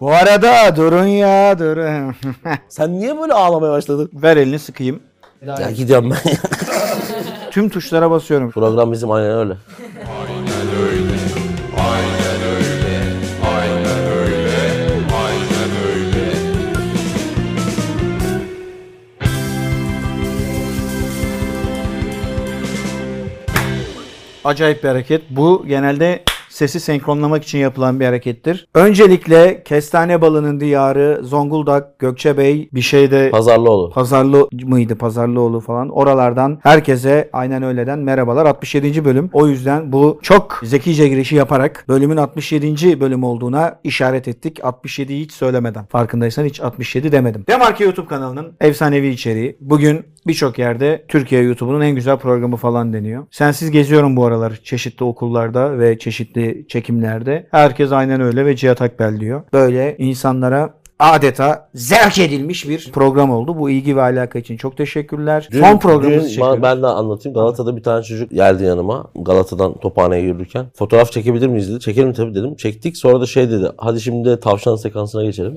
Bu arada durun ya durun. Sen niye böyle ağlamaya başladın? Ver elini sıkayım. Ya gidiyorum ben. Tüm tuşlara basıyorum. Program bizim aynen öyle. Acayip bir hareket. Bu genelde sesi senkronlamak için yapılan bir harekettir. Öncelikle kestane balının diyarı Zonguldak, Gökçebey bir şeyde Pazarlıoğlu. Pazarlı mıydı? Pazarlıoğlu falan. Oralardan herkese aynen öyleden merhabalar. 67. bölüm. O yüzden bu çok zekice girişi yaparak bölümün 67. bölüm olduğuna işaret ettik. 67'yi hiç söylemeden. Farkındaysan hiç 67 demedim. Demarke YouTube kanalının efsanevi içeriği. Bugün birçok yerde Türkiye YouTube'unun en güzel programı falan deniyor. Sensiz geziyorum bu aralar çeşitli okullarda ve çeşitli çekimlerde. Herkes aynen öyle ve Cihat Akbel diyor. Böyle insanlara adeta zevk edilmiş bir program oldu. Bu ilgi ve alaka için çok teşekkürler. Dün- Son programımızı dün ba- çekiyoruz. Ben de anlatayım. Galata'da bir tane çocuk geldi yanıma. Galata'dan Tophane'ye yürürken. Fotoğraf çekebilir miyiz dedi. Çekelim tabii dedim. Çektik. Sonra da şey dedi. Hadi şimdi de tavşan sekansına geçelim.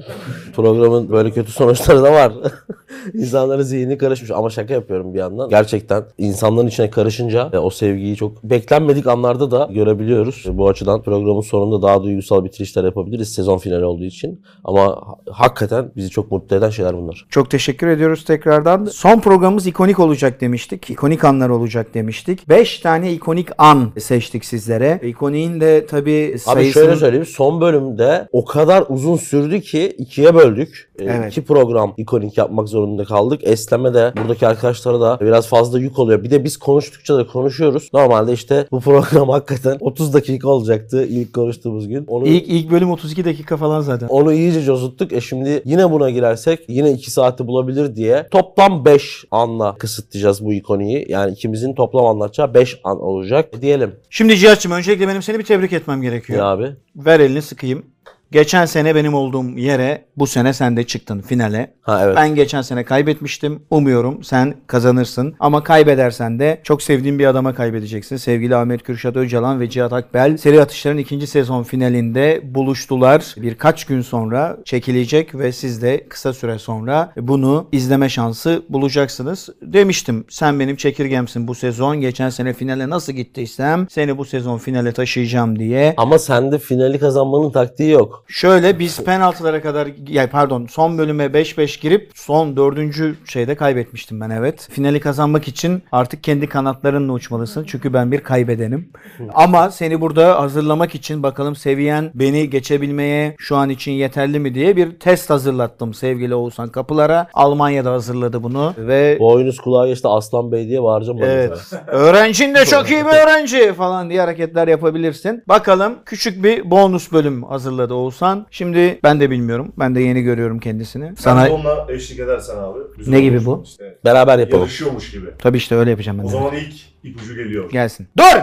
Programın böyle kötü sonuçları da var. İnsanların zihni karışmış. Ama şaka yapıyorum bir yandan. Gerçekten insanların içine karışınca e, o sevgiyi çok beklenmedik anlarda da görebiliyoruz. E, Bu açıdan programın sonunda daha duygusal bitirişler yapabiliriz. Sezon finali olduğu için. Ama ha- hakikaten bizi çok mutlu eden şeyler bunlar. Çok teşekkür ediyoruz tekrardan. Son programımız ikonik olacak demiştik. İkonik anlar olacak demiştik. 5 tane ikonik an seçtik sizlere. İkoniğin de tabii Abi sayısının... şöyle söyleyeyim. Son bölümde o kadar uzun sürdü ki ikiye böldük. Ee, Evet. İki program ikonik yapmak zorunda kaldık. Esleme de buradaki arkadaşlara da biraz fazla yük oluyor. Bir de biz konuştukça da konuşuyoruz. Normalde işte bu program hakikaten 30 dakika olacaktı ilk konuştuğumuz gün. Onu İlk, ilk bölüm 32 dakika falan zaten. onu iyice cozuttuk. E şimdi yine buna girersek yine 2 saati bulabilir diye toplam 5 anla kısıtlayacağız bu ikoniği. Yani ikimizin toplam anlatacağı 5 an olacak diyelim. Şimdi Cihat'cığım öncelikle benim seni bir tebrik etmem gerekiyor. Ya abi. Ver elini sıkayım. Geçen sene benim olduğum yere bu sene sen de çıktın finale. Ha evet. Ben geçen sene kaybetmiştim. Umuyorum sen kazanırsın. Ama kaybedersen de çok sevdiğim bir adama kaybedeceksin. Sevgili Ahmet Kürşat Öcalan ve Cihat Akbel seri atışların ikinci sezon finalinde buluştular. Birkaç gün sonra çekilecek ve siz de kısa süre sonra bunu izleme şansı bulacaksınız. Demiştim sen benim çekirgemsin bu sezon. Geçen sene finale nasıl gittiysem seni bu sezon finale taşıyacağım diye Ama sende finali kazanmanın taktiği yok. Şöyle biz penaltılara kadar ya pardon son bölüme 5-5 girip son dördüncü şeyde kaybetmiştim ben evet. Finali kazanmak için artık kendi kanatlarınla uçmalısın. Çünkü ben bir kaybedenim. Ama seni burada hazırlamak için bakalım seviyen beni geçebilmeye şu an için yeterli mi diye bir test hazırlattım sevgili Oğuzhan Kapılar'a. Almanya'da hazırladı bunu ve Boynuz kulağa geçti Aslan Bey diye bağıracağım. bana. Evet. Öğrencin de çok iyi bir öğrenci falan diye hareketler yapabilirsin. Bakalım küçük bir bonus bölüm hazırladı Oğuzhan. Şimdi ben de bilmiyorum. Ben de yeni görüyorum kendisini. Sen de Sana onunla eşlik edersen abi. güzel Ne olur. gibi bu? İşte Beraber yapalım. yarışıyormuş gibi. tabii işte öyle yapacağım ben O de. zaman ilk ipucu geliyor. Gelsin. Dur!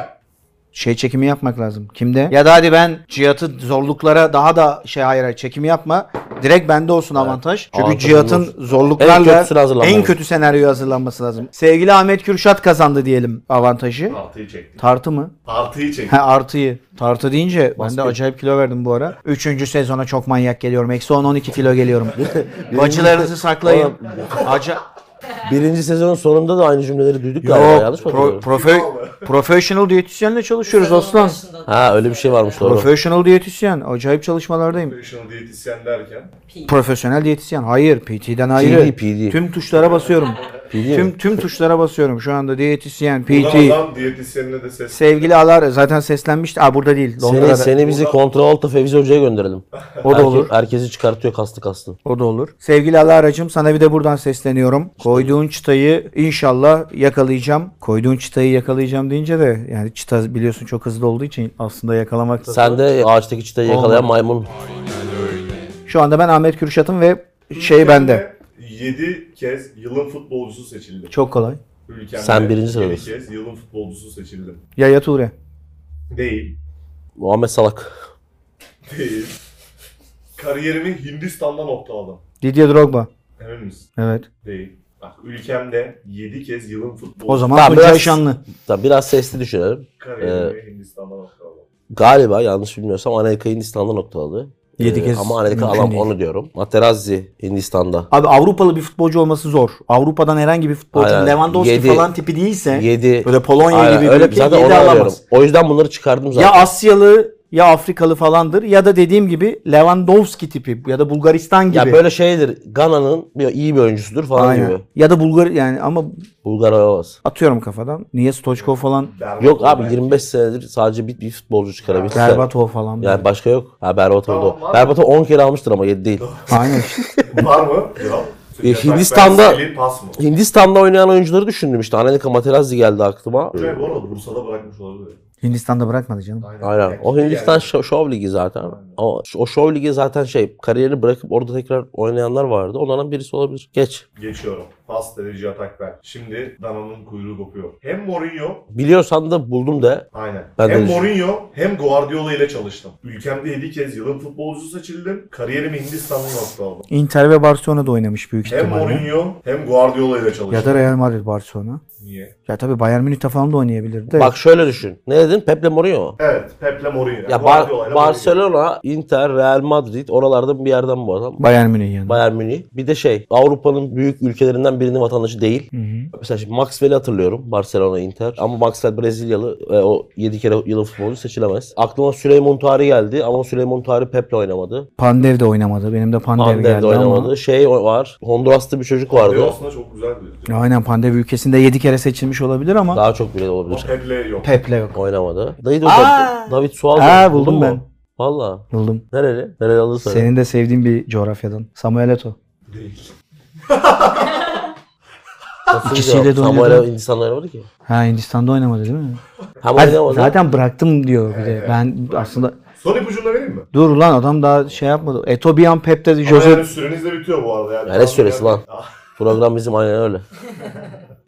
Şey çekimi yapmak lazım. Kimde? Ya da hadi ben Cihat'ı zorluklara daha da şey hayır hayır çekimi yapma. Direkt bende olsun avantaj. Çünkü Avantajımız Cihat'ın olsun. En zorluklarla kötüsünü hazırlanmalıyız. en kötü senaryoyu hazırlanması lazım. Sevgili Ahmet Kürşat kazandı diyelim avantajı. Artıyı çektik. Tartı mı? Artıyı çektik. Ha artıyı. Tartı deyince ben de Basket. acayip kilo verdim bu ara. Üçüncü sezona çok manyak geliyorum. Eksi 10-12 kilo geliyorum. Bacılarınızı saklayın. Aca Birinci sezonun sonunda da aynı cümleleri duyduk Yok. galiba yanlış mı Pro, hatırlıyorum? profe- professional diyetisyenle çalışıyoruz aslan. Ha öyle bir şey varmış doğru. Professional diyetisyen. Acayip çalışmalardayım. Professional diyetisyen derken. Profesyonel diyetisyen. Hayır. PT'den ayrı. PD, PD. Tüm tuşlara basıyorum. PD mi? Tüm tüm tuşlara basıyorum. Şu anda diyetisyen, Buradan PT. adam diyetisyenine de ses. Sevgili Alar zaten seslenmişti. Aa burada değil. Londra'da. Seni, seni bizi kontrol altta Fevzi Hoca'ya gönderelim. O da olur. Herkesi çıkartıyor kastı kastı. O da olur. Sevgili Allah aracım sana bir de buradan sesleniyorum. Koyduğun çıtayı inşallah yakalayacağım. Koyduğun çıtayı yakalayacağım deyince de yani çıta biliyorsun çok hızlı olduğu için aslında yakalamak da. Sen de ağaçtaki çıtayı yakalayan maymun. Şu anda ben Ahmet Kürşat'ım ve şey bende. 7 kez yılın futbolcusu seçildi. Çok kolay. Ülkemde Sen birinci yedi sıradasın. kez yılın futbolcusu seçildi. Yaya Ture. Değil. Muhammed Salak. Değil. Kariyerimi Hindistan'da noktaladım. Didier Drogba. Emin misin? Evet. Değil. Bak ülkemde 7 kez yılın futbolcusu O zaman Tamam, Tuncay biraz- Şanlı. Tamam, biraz sesli düşünelim. e, kariyerimi Hindistan'da noktaladım. Galiba yanlış bilmiyorsam Amerika Hindistan'da noktaladı. Yedi Ee, kez Ama Amerika mümkün alam değil. onu diyorum. Materazzi Hindistan'da. Abi Avrupalı bir futbolcu olması zor. Avrupa'dan herhangi bir futbolcu Aynen. Lewandowski Yedi- falan tipi değilse 7 böyle Polonya gibi bir ülke zaten yedi onu alamaz. arıyorum. O yüzden bunları çıkardım zaten. Ya Asyalı ya Afrikalı falandır ya da dediğim gibi Lewandowski tipi ya da Bulgaristan gibi. Ya böyle şeydir. Gana'nın bir, iyi bir oyuncusudur falan Aynen. gibi. Ya da Bulgar yani ama Bulgar olamaz. atıyorum kafadan. Niye Stoichkov falan Berbatov Yok abi belki. 25 senedir sadece bir, bir futbolcu çıkarabilse. Berbatov falan. Yani başka yok. Ha Berbatov Tamam, da. abi. Berbatov 10 kere almıştır ama 7 değil. Aynen işte. Var mı? Yok. E, Hindistan'da- Belki pas mı? Hindistan'da oynayan oyuncuları düşündüm işte. Anelka Materazzi geldi aklıma. Şey, bu arada Bursa'da bırakmış olabilir. Hindistan'da bırakmadı canım. Aynen. O Yani- Hindistan şo- şov ligi zaten. O, o şov ligi zaten şey kariyerini bırakıp orada tekrar oynayanlar vardı. Onların birisi olabilir. Geç. Geçiyorum. Pas derece atak ver. Şimdi Dana'nın kuyruğu kopuyor. Hem Mourinho Biliyorsan da buldum de. Aynen. Ben de hem öyle Mourinho hem Guardiola ile çalıştım. Ülkemde 7 kez yılın futbolcusu seçildim. Kariyerimi Hindistan'ın noktaldım. Inter ve Barcelona'da oynamış büyük Hem ihtimalle. Mourinho hem Guardiola ile çalıştım. Ya da Real Madrid Barcelona. Niye? Ya tabii Bayern Münih'te falan da oynayabilirdi. Bak şöyle düşün. Ne dedin? Pep'le Mourinho mu? Evet, Pep'le Ya Mourinho. Bar- Guardiola ile Mourinho. Barcelona, Inter, Real Madrid oralardan bir yerden bu adam. Bayern Münih yani. Bayern Münih. Bir de şey Avrupa'nın büyük ülkelerinden birinin vatandaşı değil. Hı hı. Mesela şimdi Maxwell'i hatırlıyorum. Barcelona, Inter. Ama Maxwell Brezilyalı. E, o 7 kere yılın futbolcu seçilemez. Aklıma Süleyman Tarih geldi ama Süleyman Tarih Pep'le oynamadı. Pandev de oynamadı. Benim de Pandev, Ander'de geldi oynamadı. Şey o- var. Honduras'ta bir çocuk Guardiola vardı. aslında çok güzel bir ama. Aynen Pandev ülkesinde 7 kere seçilmiş olabilir ama Daha çok bile Ama olabilir. Pep'le yok. Pep'le yok. Oynamadı. Dayı da Aa! David Suazo. Ha, Buldun buldum mu? ben. Valla. Buldum. Nereli? Nereli alırsa. Senin de sevdiğin bir coğrafyadan. Samuel Eto. Değil. Nasıl İkisiyle cevap? de oynadı. Samuel Hindistan'da oynamadı ki. Ha Hindistan'da oynamadı değil mi? Hem Ha, oynamadı. zaten bıraktım diyor bir de. Ben aslında Son ipucunu vereyim mi? dur lan adam daha şey yapmadı. Eto bir an Pep'te Ama Jose. yani süreniz de bitiyor bu arada. Yani. Ya ne süresi lan? Program bizim aynen öyle.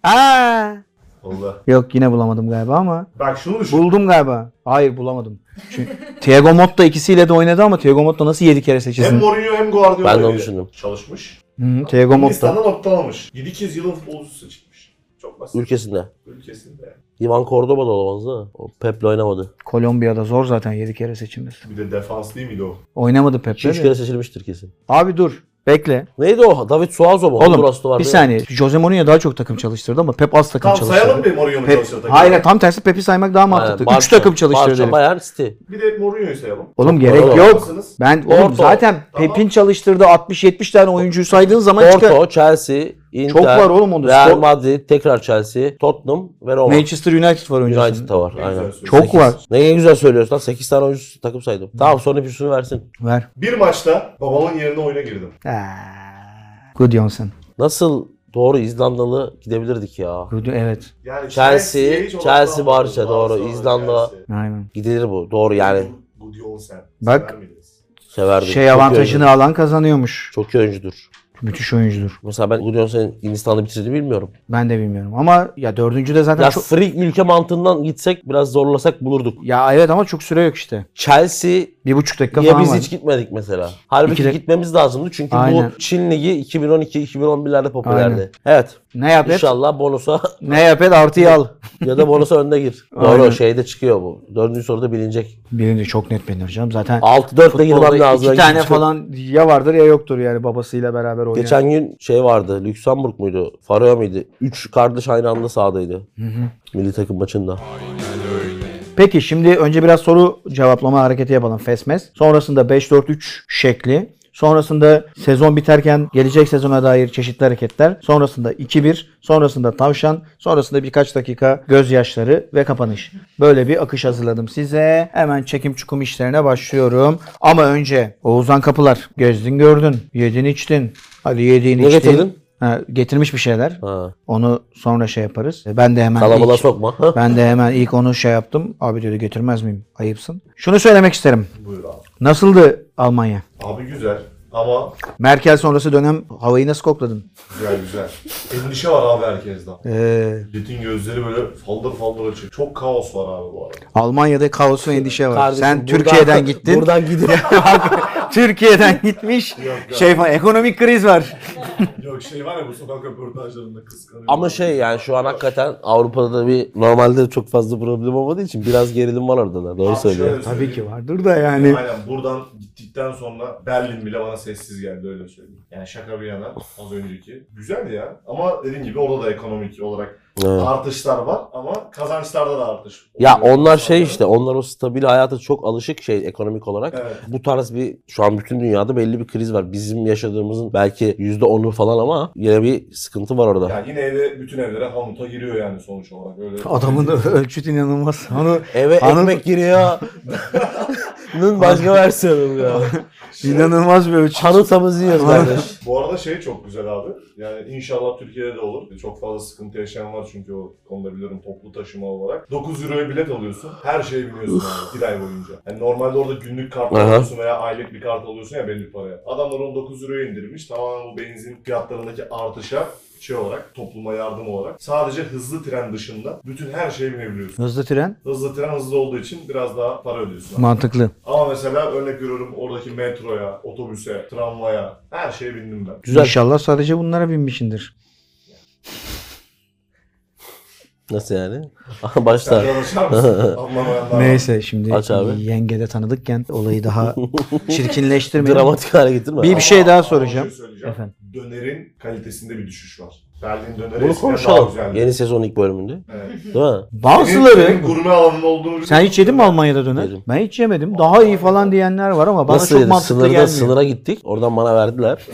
Aa! Oldu. Yok yine bulamadım galiba ama. Bak şunu düşün. Buldum galiba. Hayır bulamadım. Çünkü Thiago Motta ikisiyle de oynadı ama Thiago Motta nasıl 7 kere Hem seçilsin? Mourinho hem Guardiola Ben de onu ile düşündüm. çalışmış. Hı, Thiago Motta. Hindistan'da nokta almış. 7 kez yılın futbolcusu seçilmiş. Çok basit. Ülkesinde. Ülkesinde. Ivan Cordoba da olamaz da. O Pep'le oynamadı. Kolombiya'da zor zaten 7 kere seçilmesi. Bir de defans değil miydi o? Oynamadı Pep'te 2-3 de. kere seçilmiştir kesin. Abi dur. Bekle. Neydi o? David Suazo mu? Honduras'ta Oğlum vardı bir ya. saniye. Jose Mourinho daha çok takım çalıştırdı ama Pep az takım Tamam çalıştırdı. sayalım bir Mourinho'nun Pep, çalıştığı takımı. hayır tam tersi Pep'i saymak daha Aynen, mantıklı. Üç Barça- takım çalıştırdı. Barça, herif. Bayern City. Bir de Mourinho'yu sayalım. Oğlum gerek Doğru. yok. Haklısınız. Ben oğlum Porto. zaten Tamam. Pep'in çalıştırdığı 60-70 tane oyuncuyu saydığın zaman çıkar. Porto, Chelsea, Inter, Çok var oğlum onda. Real Spor- Madrid, tekrar Chelsea, Tottenham ve Roma. Manchester United var öncesinde. United'da var. Ne Aynen. güzel söylüyorsun. Çok Sekiz. var. Hmm. Ne güzel söylüyorsun lan. 8 tane oyuncu takım saydım. Tamam son ipucunu versin. Ver. Bir maçta babamın yerine oyuna girdim. Good Johnson. Nasıl doğru İzlandalı gidebilirdik ya. Good, evet. Yani Chelsea, Chelsea'ye hiç Chelsea, odaklanmadım. Barça, doğru. İzlanda. Chelsea. Aynen. Gidilir bu. Doğru yani. Bu Dion sen. Bak. Sever miydiniz? Severdim. Şey Çok iyi avantajını alan kazanıyormuş. oyuncu. Çok iyi oyuncudur. Müthiş oyuncudur. Mesela ben Gudjon senin Hindistan'da bitirdiğini bilmiyorum. Ben de bilmiyorum ama ya dördüncü de zaten Ya çok... freak ülke mantığından gitsek biraz zorlasak bulurduk. Ya evet ama çok süre yok işte. Chelsea Bir buçuk dakika Ya falan biz var. hiç gitmedik mesela. Halbuki İki de- gitmemiz lazımdı çünkü Aynen. bu Çin Ligi 2012-2011'lerde popülerdi. Aynen. Evet. Ne yap et? İnşallah bonusa Ne yap et artıyı al. ya da bonusa önde gir. Aynen. Doğru şeyde çıkıyor bu. Dördüncü soruda bilinecek. Birini çok net belir canım. Zaten 6-4'te girmem futbolda lazım. iki tane falan ya vardır ya yoktur yani babasıyla beraber oynayan. Geçen gün şey vardı. Lüksemburg muydu? Faroe miydi? 3 kardeş aynı anda sahadaydı. Milli takım maçında. Peki şimdi önce biraz soru cevaplama hareketi yapalım fesmes. Sonrasında 5-4-3 şekli. Sonrasında sezon biterken gelecek sezona dair çeşitli hareketler. Sonrasında 2-1. Sonrasında tavşan. Sonrasında birkaç dakika gözyaşları ve kapanış. Böyle bir akış hazırladım size. Hemen çekim çukum işlerine başlıyorum. Ama önce Oğuzhan Kapılar. Gezdin gördün. Yedin içtin. Hadi yediğin Ne içtin. getirdin? Ha, getirmiş bir şeyler. Ha. Onu sonra şey yaparız. Ben de hemen Kalabalığa ilk- sokma. ben de hemen ilk onu şey yaptım. Abi dedi götürmez miyim? Ayıpsın. Şunu söylemek isterim. Buyur abi. Nasıldı Almanya? Abi güzel ama Merkel sonrası dönem havayı nasıl kokladın? güzel güzel. Endişe var abi herkesten. Ee, Milletin gözleri böyle faldır faldır açık. Çok kaos var abi bu arada. Almanya'da kaos ve endişe var. Kardeşim, Sen buradan- Türkiye'den gittin. Buradan gidiyor. Türkiye'den gitmiş. Şey falan, ekonomik kriz var. Yok şey var ya bu sokak röportajlarında kıskanıyor. Ama şey yani şu an hakikaten Avrupa'da da bir normalde çok fazla problem olmadığı için biraz gerilim var orada da. Doğru Abi şöyle söylüyor. Tabii söyleyeyim. ki vardır da yani. Aynen buradan gittikten sonra Berlin bile bana sessiz geldi öyle söyleyeyim. Yani şaka bir yana az önceki. Güzel ya ama dediğin gibi orada da ekonomik olarak Evet. artışlar var ama kazançlarda da artış. Ya onlar şey işte onlar o stabil hayata çok alışık şey ekonomik olarak. Evet. Bu tarz bir şu an bütün dünyada belli bir kriz var. Bizim yaşadığımızın belki %10'u falan ama yine bir sıkıntı var orada. Yani yine eve, bütün evlere hamuta giriyor yani sonuç olarak. Öyle Adamın ölçüt inanılmaz. Onu Eve Hanım- ekmek giriyor. Bunun başka versiyonu bu ya. inanılmaz bir ölçüt. Hanıtamız yiyoruz kardeş. Bu arada şey çok güzel abi. Yani inşallah Türkiye'de de olur. Çok fazla sıkıntı yaşayan var çünkü o konuda biliyorum toplu taşıma olarak. 9 euroya bilet alıyorsun. Her şeyi biliyorsun abi bir ay boyunca. Yani normalde orada günlük kart Aha. alıyorsun veya aylık bir kart alıyorsun ya belli paraya. Adamlar onu 9 euroya indirmiş. Tamamen bu benzin fiyatlarındaki artışa şey olarak, topluma yardım olarak sadece hızlı tren dışında bütün her şeyi binebiliyorsun. Hızlı tren Hızlı tren hızlı olduğu için biraz daha para ödüyorsun. abi. mantıklı. Ama mesela örnek veriyorum oradaki metroya, otobüse, tramvaya her şeye bindim ben. Güzel. İnşallah sadece bunlara binmişindir. Nasıl yani? Başta. Sen de alışar mısın? Anlamayanlar. Neyse şimdi Aç abi. yenge de tanıdıkken olayı daha çirkinleştirmeyelim. Dramatik hale getirme. Bir- Ama- şey daha ama soracağım. bir şey söyleyeceğim. Efendim. Dönerin kalitesinde bir düşüş var. Berlin döneri Bunu eskiden konuşalım. daha güzeldi. Yeni sezon ilk bölümünde. Evet. Değil mi? Bazıları Senin gurme alanında olduğunu sen hiç yedin mi Almanya'da döner? Yedim. Ben hiç yemedim. Daha iyi falan diyenler var ama bana Nasıl çok yedin? mantıklı Sınırda gelmiyor. sınıra gittik. Oradan bana verdiler.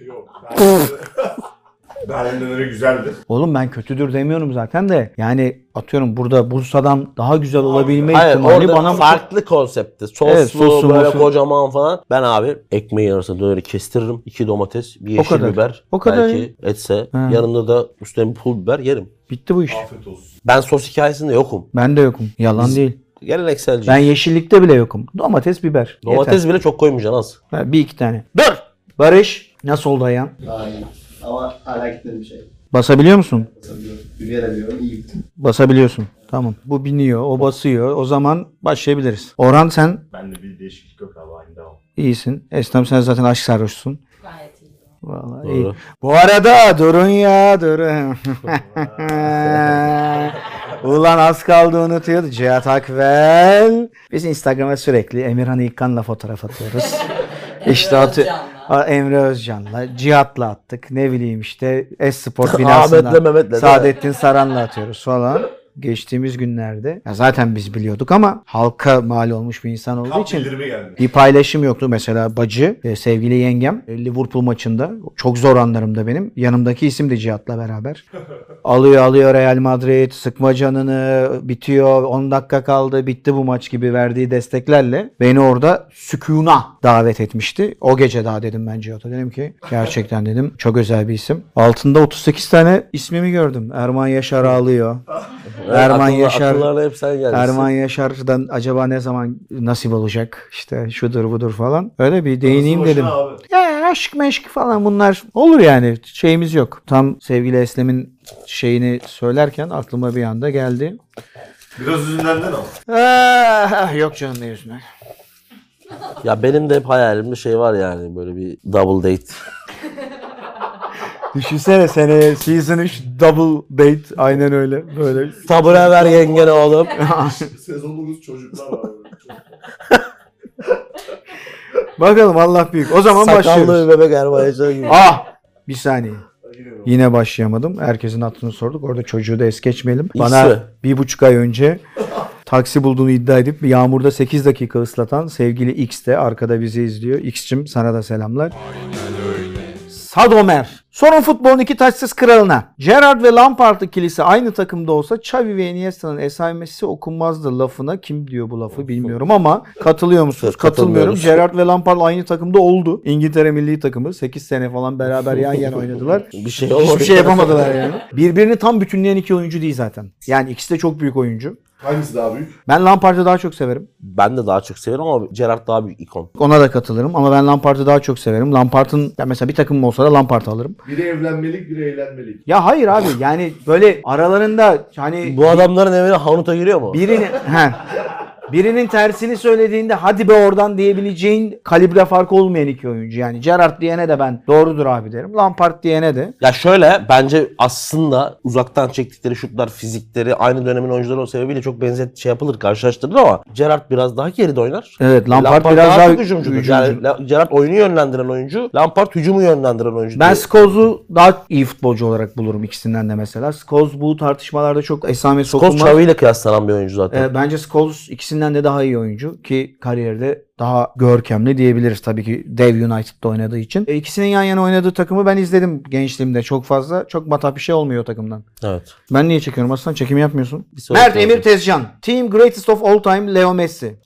Yok. Berlin- Berlin döneri güzeldir. Oğlum ben kötüdür demiyorum zaten de. Yani atıyorum burada Bursa'dan daha güzel olabilme Hayır ihtimali orada bana farklı konseptti. Soslu, Evet, soslu, böyle moslu. kocaman falan. Ben abi ekmeğin arasına döneri kestiririm. iki domates, bir yeşil kadar. biber. O kadar Belki etse. Ha. Yanında da üstüne bir pul biber yerim. bitti bu iş. Afiyet olsun. Ben sos hikayesinde yokum. Ben de yokum. Yalan değil. Gelenekselci. Ben yeşillikte bile yokum. Domates, biber. Domates Yeter. bile çok koymayacaksın az. Ha, bir iki tane. Dur! Barış nasıl oldu ayağın? Daha iyi. Ama hala gitmedim şey. Basabiliyor musun? Basabiliyorum. Yürüyemiyorum. İyi gittim. Basabiliyorsun. Tamam. Bu biniyor, o basıyor. O zaman başlayabiliriz. Orhan sen Ben de bir değişiklik yok abi aynı devam. iyisin. Esnaf sen zaten aşk sarhoşsun. Gayet iyi. Vallahi Doğru. iyi. Bu arada durun ya durun. Ulan az kaldı unutuyordu. Cihat Akvel. Biz Instagram'a sürekli Emirhan İlkan'la fotoğraf atıyoruz. işte atı Özcan'la. Emre Özcan'la, Cihat'la attık. Ne bileyim işte Esport Ahmet'le, binasından Mehmet'le de. Saadettin Saran'la atıyoruz falan. Geçtiğimiz günlerde ya zaten biz biliyorduk ama halka mal olmuş bir insan olduğu Kap için bildirimi geldi. bir paylaşım yoktu mesela bacı e, sevgili yengem e, Liverpool maçında çok zor anlarımda benim yanımdaki isim de Cihat'la beraber alıyor alıyor Real Madrid sıkma canını bitiyor 10 dakika kaldı bitti bu maç gibi verdiği desteklerle beni orada sükuna davet etmişti. O gece daha dedim ben Cihat'a dedim ki gerçekten dedim çok özel bir isim. Altında 38 tane ismimi gördüm. Erman Yaşar ağlıyor. Erman Akıllar- Yaşar Akıllarına hep sen gelmişsin. Erman Yaşar'dan acaba ne zaman nasip olacak? İşte şudur budur falan. Öyle bir değineyim Orası dedim. boşuna Abi. Ya aşk meşk falan bunlar olur yani. Şeyimiz yok. Tam sevgili Eslem'in şeyini söylerken aklıma bir anda geldi. Biraz üzüldün ama. Ah, yok canım ne yüzüne. Ya benim de hep hayalimde şey var yani böyle bir double date. Düşünsene seni season 3 double date aynen öyle böyle. Tabure ver yengene oğlum. Sezonumuz çocuklar abi. Bakalım Allah büyük. O zaman başlıyoruz. Sakallı bir bebek Erman Yaşar gibi. Ah bir saniye. Yine mi? Yine başlayamadım. Herkesin hattını sorduk. Orada çocuğu da es geçmeyelim. İyi Bana süre. bir buçuk ay önce taksi bulduğunu iddia edip yağmurda 8 dakika ıslatan sevgili X de arkada bizi izliyor. X'cim sana da selamlar. Sadomer. Sorun futbolun iki taçsız kralına. Gerrard ve Lampard ikilisi aynı takımda olsa Xavi ve Iniesta'nın esamesi okunmazdı lafına. Kim diyor bu lafı bilmiyorum ama katılıyor musunuz? Katılmıyoruz. Katılmıyorum. Gerrard ve Lampard aynı takımda oldu. İngiltere milli takımı 8 sene falan beraber yan yana oynadılar. Bir şey olmadı. Hiçbir şey yapamadılar yani. Birbirini tam bütünleyen iki oyuncu değil zaten. Yani ikisi de çok büyük oyuncu. Hangisi daha büyük? Ben Lampard'ı daha çok severim. Ben de daha çok seviyorum ama Gerard daha büyük ikon. Ona da katılırım ama ben Lampard'ı daha çok severim. Lampard'ın ya mesela bir takımım olsa da Lampard'ı alırım. Biri evlenmelik, biri eğlenmelik. Ya hayır abi yani böyle aralarında hani Bu adamların evine Hanuta giriyor mu? birini he Birinin tersini söylediğinde hadi be oradan diyebileceğin kalibre farkı olmayan iki oyuncu. Yani Gerrard diyene de ben doğrudur abi derim. Lampard diyene de. Ya şöyle bence aslında uzaktan çektikleri şutlar, fizikleri aynı dönemin oyuncuları o sebebiyle çok benzet şey yapılır, karşılaştırılır ama Gerrard biraz daha geride oynar. Evet Lampard, biraz daha, çok hücumcudur. Yani La- Gerrard oyunu yönlendiren oyuncu, Lampard hücumu yönlendiren oyuncu. Ben diye. Scholes'u daha iyi futbolcu olarak bulurum ikisinden de mesela. Scholes bu tartışmalarda çok esame Koç sokulmaz. Xavi ile kıyaslanan bir oyuncu zaten. Ee, bence Scholes ikisinden de daha iyi oyuncu ki kariyerde daha görkemli diyebiliriz tabii ki Dev United'da oynadığı için. E, ikisinin yan yana oynadığı takımı ben izledim gençliğimde çok fazla. Çok batap bir şey olmuyor o takımdan. Evet. Ben niye çekiyorum aslan? Çekim yapmıyorsun. Bir sonraki Mert Emir oyuncu. Tezcan. Team Greatest of All Time Leo Messi.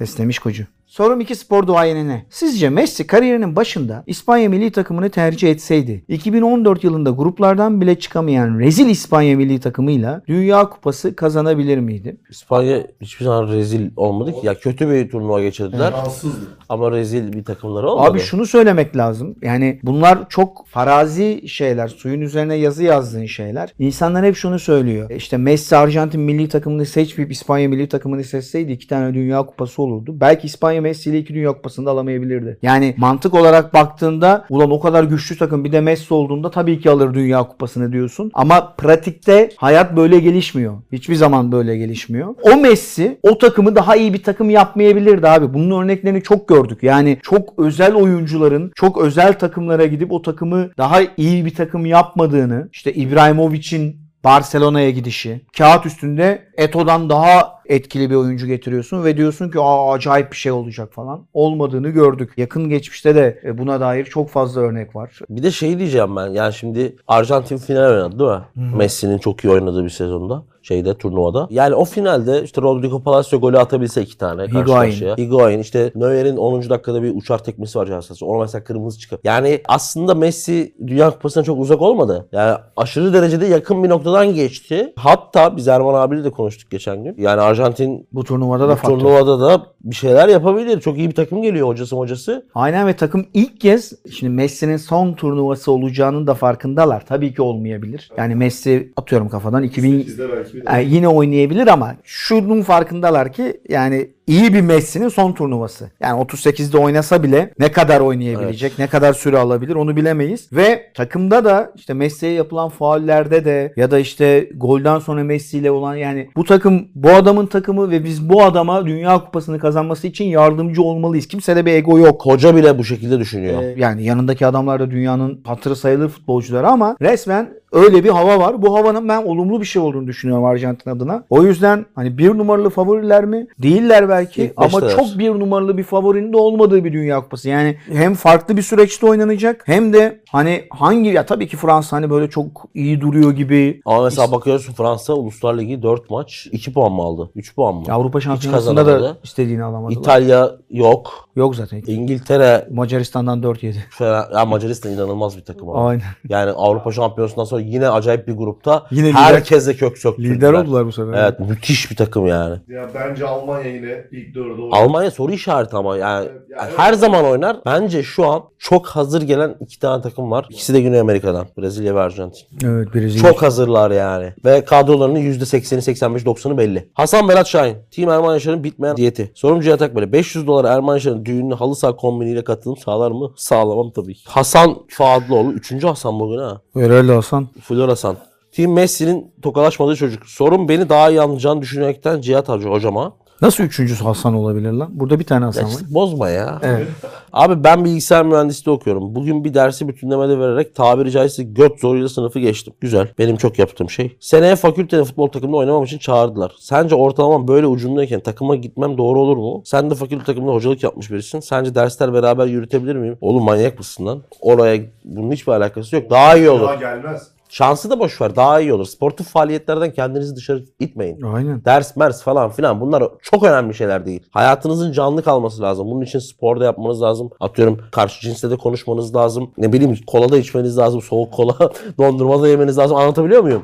Esnemiş kocu. Sorum 2 spor duayenine. Sizce Messi kariyerinin başında İspanya milli takımını tercih etseydi 2014 yılında gruplardan bile çıkamayan rezil İspanya milli takımıyla Dünya Kupası kazanabilir miydi? İspanya hiçbir zaman rezil olmadı ki. Ya kötü bir turnuva geçirdiler Şanssızdı. ama rezil bir takımları olmadı. Abi şunu söylemek lazım. Yani bunlar çok farazi şeyler. Suyun üzerine yazı yazdığın şeyler. İnsanlar hep şunu söylüyor. E İşte Messi Arjantin milli takımını seçmeyip İspanya milli takımını seçseydi iki tane dünya kupası olurdu. Belki İspanya Messi ile iki dünya kupasını da alamayabilirdi. Yani mantık olarak baktığında ulan o kadar güçlü takım bir de Messi olduğunda tabii ki alır dünya kupasını diyorsun. Ama pratikte hayat böyle gelişmiyor. Hiçbir zaman böyle gelişmiyor. O Messi o takımı daha iyi bir takım yapmayabilirdi abi. Bunun örneklerini çok gördük. Yani çok özel oyuncuların çok özel takımlara gidip o takımı daha iyi bir takım yapmadığını işte İbrahimovic'in Barcelona'ya gidişi. Kağıt üstünde Eto'dan daha etkili bir oyuncu getiriyorsun ve diyorsun ki Aa, acayip bir şey olacak falan. Olmadığını gördük. Yakın geçmişte de e, buna dair çok fazla örnek var. Bir de şey diyeceğim ben. Yani şimdi Arjantin final oynadı değil mi? Messi'nin çok iyi oynadığı bir sezonda. Şeyde turnuvada. Yani o finalde işte Rodrigo Palacio golü atabilse iki tane karşı Higuain. karşıya. Higuain. işte Neuer'in 10. dakikada bir uçar tekmesi var cihazası. Ona mesela kırmızı çıkıp. Yani aslında Messi Dünya Kupası'na çok uzak olmadı. Yani aşırı derecede yakın bir noktadan geçti. Hatta biz Erman abiyle de konuştuk geçen gün. Yani Arjantin Bu turnuvada da bu farklı. turnuvada da bir şeyler yapabilir. Çok iyi bir takım geliyor hocası hocası. Aynen ve takım ilk kez şimdi Messi'nin son turnuvası olacağının da farkındalar. Tabii ki olmayabilir. Yani Messi atıyorum kafadan 2000 Bizde belki bir de. yani yine oynayabilir ama şunun farkındalar ki yani iyi bir Messi'nin son turnuvası. Yani 38'de oynasa bile ne kadar oynayabilecek, ne kadar süre alabilir onu bilemeyiz. Ve takımda da işte Messi'ye yapılan faullerde de ya da işte golden sonra Messi ile olan yani bu takım bu adamın takımı ve biz bu adama Dünya Kupası'nı kazanması için yardımcı olmalıyız. Kimsede bir ego yok. Hoca bile bu şekilde düşünüyor. Ee, yani yanındaki adamlar da dünyanın hatırı sayılır futbolcuları ama resmen öyle bir hava var. Bu havanın ben olumlu bir şey olduğunu düşünüyorum Arjantin adına. O yüzden hani bir numaralı favoriler mi? Değiller belki İlk ama beşteler. çok bir numaralı bir favorinin de olmadığı bir Dünya Kupası. Yani hem farklı bir süreçte oynanacak hem de hani hangi ya tabii ki Fransa hani böyle çok iyi duruyor gibi Ama mesela bakıyorsun Fransa Uluslar Ligi 4 maç 2 puan mı aldı? 3 puan mı? Avrupa Şampiyonası'nda da kazanamadı. istediğini alamadılar. İtalya yok. Yok zaten. İngiltere Macaristan'dan 4 yedi. falan. Ya Macaristan inanılmaz bir takım. ama. Aynen. Yani Avrupa Şampiyonası'ndan sonra yine acayip bir grupta Yine lider- herkese kök söktürdüler. Lider oldular bu sefer. Evet müthiş bir takım yani. Ya bence Almanya yine ilk dörde oynadı. Almanya soru işareti ama yani Evet, yani- her zaman oynar. Bence şu an çok hazır gelen iki tane takım var. İkisi de Güney Amerika'dan. Brezilya ve Arjantin. Evet Brezilya. Çok hazırlar yani. Ve kadrolarının %80'i 85 90'ı belli. Hasan Berat Şahin. Team Erman Yaşar'ın bitmeyen diyeti. Sorum Cihat Akbel'e. 500 dolar Erman Yaşar'ın düğününe halı saha kombiniyle katılım sağlar mı? Sağlamam tabii ki. Hasan Faadlıoğlu. Üçüncü Hasan bugün ha. Herhalde Hasan. Flor Hasan. Team Messi'nin tokalaşmadığı çocuk. Sorum beni daha iyi anlayacağını düşünmekten Cihat Hacı hocama. Nasıl üçüncüsü Hasan olabilir lan? Burada bir tane Hasan var. Eksik bozma ya. Evet. Abi ben bilgisayar mühendisliği okuyorum. Bugün bir dersi bütünlemede vererek tabiri caizse göt zoruyla sınıfı geçtim. Güzel. Benim çok yaptığım şey. Seneye fakültede futbol takımında oynamam için çağırdılar. Sence ortalamam böyle ucundayken takıma gitmem doğru olur mu? Sen de fakülte takımında hocalık yapmış birisin. Sence dersler beraber yürütebilir miyim? Oğlum manyak mısın lan? Oraya bunun hiçbir alakası yok. Daha iyi olur. Daha gelmez. Şansı da boş ver. Daha iyi olur. Sportif faaliyetlerden kendinizi dışarı itmeyin. Aynen. Ders mers falan filan bunlar çok önemli şeyler değil. Hayatınızın canlı kalması lazım. Bunun için sporda yapmanız lazım. Atıyorum karşı cinsle de konuşmanız lazım. Ne bileyim kola da içmeniz lazım. Soğuk kola, dondurma da yemeniz lazım. Anlatabiliyor muyum?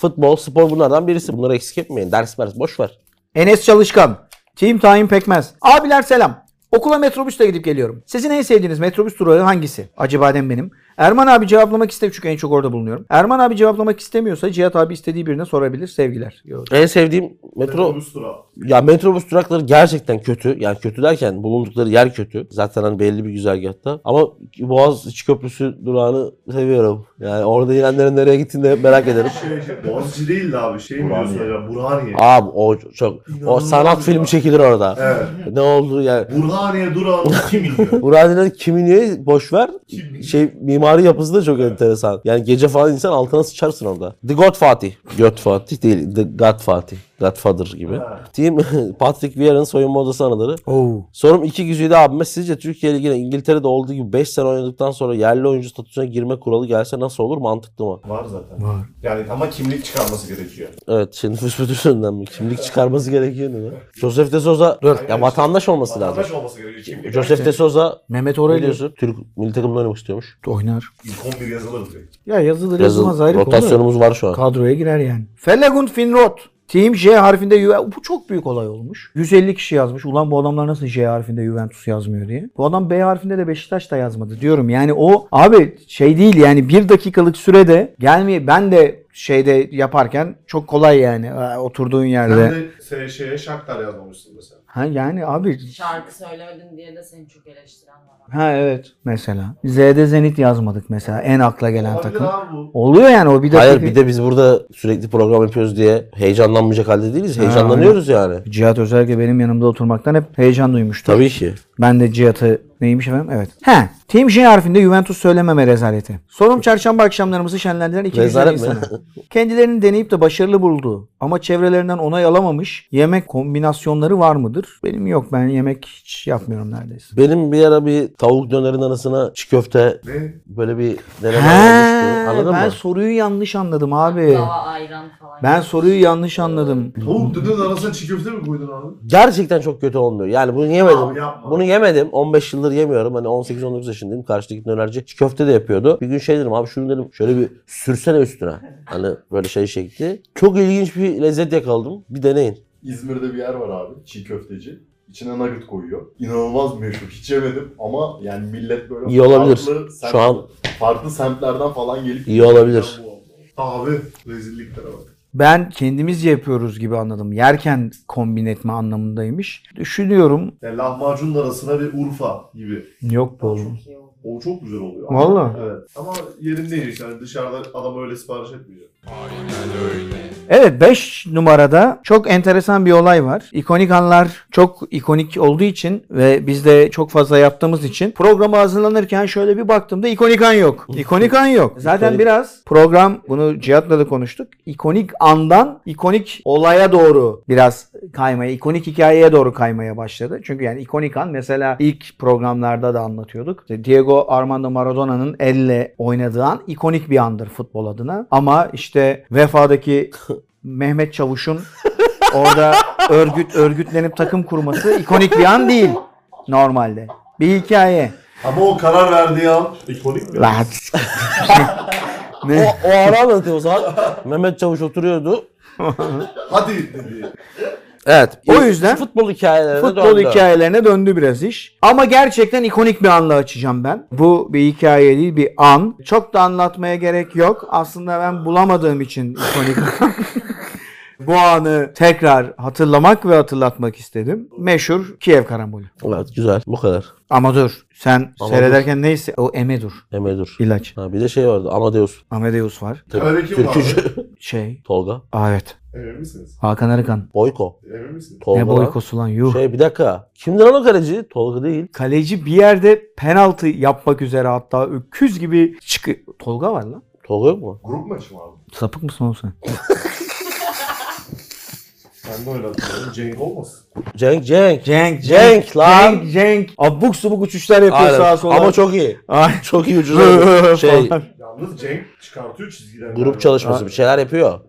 Futbol, spor bunlardan birisi. Bunları eksik etmeyin. Ders mers boş ver. Enes Çalışkan. Team Tayin Pekmez. Abiler selam. Okula metrobüsle gidip geliyorum. Sizin en sevdiğiniz metrobüs durağı hangisi? Acıbadem benim. Erman abi cevaplamak istemiyor çünkü en çok orada bulunuyorum. Erman abi cevaplamak istemiyorsa Cihat abi istediği birine sorabilir. Sevgiler. Yo, En sevdiğim metro Metrobüs durağı. Ya metrobüs durakları gerçekten kötü. Yani kötü derken bulundukları yer kötü. Zaten hani belli bir güzergahta. Ama Boğaziçi Köprüsü durağını seviyorum. Yani orada inenlerin nereye gittiğini de hep merak ederim. Şey, Boğaziçi değil de abi şey mi Burhaniye. diyorsun acaba? Burhaniye. Abi o çok... O sanat filmi çekilir orada. Evet. Ne oldu yani? Burhaniye durağını kim iniyor? Uraniye'nin kimliğini boş ver. Kim? Şey mimari yapısı da çok enteresan. Yani gece falan insan altına sıçarsın orada. The God Fatih. God Fatih değil. The God Fatih. Godfather gibi. Ha. Team Patrick Vieira'nın soyunma odası anıları. Oo. Sorum 2 güzide abime sizce Türkiye Ligi'ne İngiltere'de olduğu gibi 5 sene oynadıktan sonra yerli oyuncu statüsüne girme kuralı gelse nasıl olur mantıklı mı? Var zaten. Var. Yani ama kimlik çıkarması gerekiyor. Evet şimdi füspütüsünden mi? Kimlik çıkarması gerekiyor ne? Josef de Souza ya vatandaş olması lazım. Vatandaş olması gerekiyor. Kimlik. Josef de Souza Mehmet ne Aurelio diyorsun? Türk milli takımda oynamak istiyormuş. oynar. İlk 11 yazılır direkt. Ya yazılır yazılmaz Yazın, ayrı konu. rotasyonumuz var şu an. Kadroya girer yani. Felagund Finrod. Team J harfinde Juventus. Bu çok büyük olay olmuş. 150 kişi yazmış. Ulan bu adamlar nasıl J harfinde Juventus yazmıyor diye. Bu adam B harfinde de Beşiktaş da yazmadı diyorum. Yani o abi şey değil yani bir dakikalık sürede gelmeye ben de şeyde yaparken çok kolay yani ha, oturduğun Sen yerde. de se- şeye Shakhtar yazmamışsın mesela. Ha yani abi Şarkı söylemedin diye de seni çok eleştiren var. ha evet mesela Z'de Zenit yazmadık mesela en akla gelen Olabilir takım. abi bu. Oluyor yani o bir dakika. Hayır bir de biz burada sürekli program yapıyoruz diye heyecanlanmayacak halde değiliz. Heyecanlanıyoruz yani. Cihat özellikle benim yanımda oturmaktan hep heyecan duymuştu. Tabii ki. Ben de Cihat'ı neymiş efendim? Evet. He. Team J harfinde Juventus söylememe rezaleti. Sorum çarşamba akşamlarımızı şenlendiren iki güzel Rezalet mi? insana. Kendilerini deneyip de başarılı bulduğu ama çevrelerinden onay alamamış yemek kombinasyonları var mıdır? Benim yok. Ben yemek hiç yapmıyorum neredeyse. Benim bir ara bir tavuk dönerin arasına çiğ köfte Ne? böyle bir deneme He, olmuştu. Anladın ben mı? soruyu yanlış anladım abi. Dava ayran falan. Ben soruyu yanlış anladım. Oğlum dedin arasına çiğ köfte mi koydun abi? Gerçekten çok kötü olmuyor. Yani bunu yemedim. Abi yapma. Bunu yemedim. 15 yıldır yemiyorum. Hani 18-19 yaşındayım. Karşıdaki dönerci çiğ köfte de yapıyordu. Bir gün şey dedim abi şunu dedim şöyle bir sürsene üstüne. Hani böyle şey şekli. Çok ilginç bir lezzet yakaladım. Bir deneyin. İzmir'de bir yer var abi çiğ köfteci. İçine nugget koyuyor. İnanılmaz meşhur. Hiç yemedim ama yani millet böyle İyi olabilir. farklı semt- Şu an farklı semtlerden falan gelip iyi olabilir. Abi rezilliklere bak. Ben kendimiz yapıyoruz gibi anladım. Yerken kombin etme anlamındaymış. Düşünüyorum. Yani lahmacunun arasına bir Urfa gibi. Yok bu. Çok iyi oldu. O çok güzel oluyor. Vallahi. Evet. Ama yerinde yiyecek. Yani dışarıda adam öyle sipariş etmiyor. Evet 5 numarada çok enteresan bir olay var. İkonik anlar çok ikonik olduğu için ve biz de çok fazla yaptığımız için programa hazırlanırken şöyle bir baktığımda ikonik an yok. İkonik an yok. Zaten İkonik. biraz program bunu Cihat'la da konuştuk. İkonik andan ikonik olaya doğru biraz kaymaya, ikonik hikayeye doğru kaymaya başladı. Çünkü yani ikonik an mesela ilk programlarda da anlatıyorduk. İşte Diego Armando Maradona'nın elle oynadığı an ikonik bir andır futbol adına. Ama işte vefadaki Mehmet Çavuş'un orada örgüt örgütlenip takım kurması ikonik bir an değil normalde. Bir hikaye. Ama o karar verdiği an ikonik mi? Lan. O, ne? o ara anlatıyor o zaman. Mehmet Çavuş oturuyordu. Hadi dedi. Evet. O yüzden futbol hikayelerine Futbol döndü. hikayelerine döndü biraz iş. Ama gerçekten ikonik bir anla açacağım ben. Bu bir hikaye değil bir an. Çok da anlatmaya gerek yok. Aslında ben bulamadığım için ikonik bu anı tekrar hatırlamak ve hatırlatmak istedim. Meşhur Kiev karambolü. Evet güzel. Bu kadar. Ama dur sen Ama seyrederken neyse o eme dur. Emre dur. İlaç. Ha, bir de şey vardı. Amadeus. Amadeus var. Öyle kim var? Türkücü. Şey. Tolga. Aa, evet. Emin misiniz? Hakan Arıkan. Boyko. Emin misiniz? Tolga. ne lan. boykosu lan yuh. Şey bir dakika. Kimdir lan o kaleci? Tolga değil. Kaleci bir yerde penaltı yapmak üzere hatta öküz gibi çıkı... Tolga var lan. Tolga yok mu? Grup maçı mı abi? Sapık mısın oğlum sen? Ben de öyle hatırlıyorum. Cenk olmasın? Cenk Cenk. Cenk, Cenk lan. Cenk, Cenk. Abuk subuk uçuşlar yapıyor Aynen. sağa sola. Ama çok iyi. Ay. Çok iyi ucuz. şey Falan. Yalnız Cenk çıkartıyor çizgiden. grup çalışması bir şeyler yapıyor.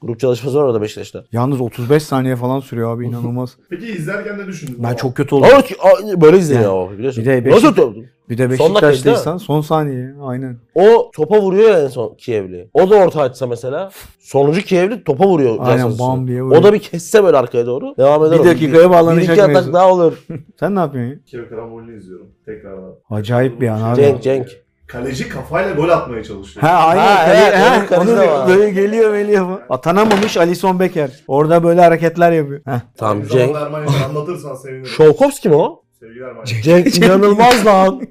grup çalışması var orada Beşiktaş'ta. Yalnız 35 saniye falan sürüyor abi inanılmaz. Peki izlerken ne düşündün? ben çok kötü oldum. Ama ki- a- böyle izleniyor Yani. o biliyorsun. Bir de Beşik- Nasıl oturdun? Bir de Son dakika değil mi? Beşiktaşlıysan son saniye aynen. O topa vuruyor ya en son Kievli. O da orta açsa mesela. Sonuncu Kievli topa vuruyor. Aynen, ceza sahasına. bam diye vuruyor. O da bir kesse böyle arkaya doğru. Devam eder. Bir o. dakikaya bağlanacak Bir iki atak mevzu. daha olur. Sen ne yapıyorsun? ya? Kiev Karambolini izliyorum. Tekrardan. Acayip bir an abi. Cenk Cenk. Kaleci kafayla gol atmaya çalışıyor. Ha aynen. Ha, Kale- evet, ha, onun karizma onu var. böyle geliyor geliyor. Atanamamış Alison Becker. Orada böyle hareketler yapıyor. Heh. Tamam Bir zamanda Cenk. Erman'ı anlatırsan sevinirim. Şovkops kim o? Sevgiler Erman. Cenk inanılmaz lan.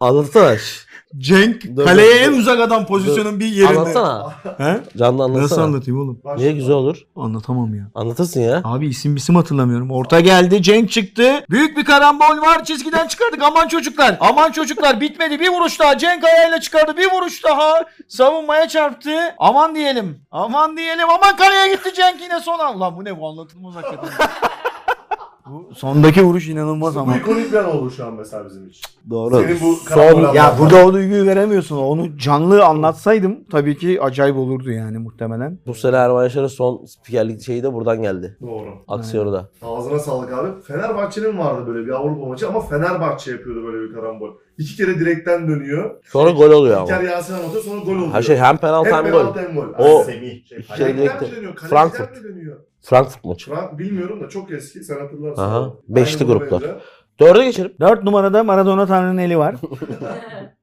Anlatsana. şş. Cenk Dur, kaleye dur, en dur. uzak adam pozisyonun bir yerinde. Anlatsana. He? Canlı anlatsana. Nasıl anlatayım oğlum? Başla. Niye güzel olur? Anlatamam ya. Anlatırsın ya. Abi isim isim hatırlamıyorum. Orta geldi. Cenk çıktı. Büyük bir karambol var. Çizgiden çıkardık. Aman çocuklar. Aman çocuklar. Bitmedi. Bir vuruş daha. Cenk ayağıyla çıkardı. Bir vuruş daha. Savunmaya çarptı. Aman diyelim. Aman diyelim. Aman kaleye gitti Cenk yine sona. Ulan bu ne bu anlatılmaz hakikaten. bu sondaki vuruş inanılmaz Bu ikonik bir an oldu şu an mesela bizim için. Doğru. Senin bu karambol Son, ya anlatman. burada o duyguyu veremiyorsun. Onu canlı anlatsaydım tabii ki acayip olurdu yani muhtemelen. Bu sene Erman Yaşar'ın son spikerlik şeyi de buradan geldi. Doğru. Aksiyonu da. Ağzına sağlık abi. Fenerbahçe'nin vardı böyle bir Avrupa maçı ama Fenerbahçe yapıyordu böyle bir karambol. İki kere direkten dönüyor. Sonra gol oluyor Bir kere ama. Yasin atıyor sonra gol oluyor. Her şey hem penaltı hem hem gol. penaltı hem gol. O- Ay, Semih. Şey, kere kaleciden direkte. mi dönüyor? Kaleciden Frankfurt. mi dönüyor? Frankfurt maçı. Frank bilmiyorum da çok eski sen hatırlarsın. Aha. Aynı Beşli gruba gruplar. benzer. Dörde geçelim. 4 numarada Maradona Tanrı'nın eli var.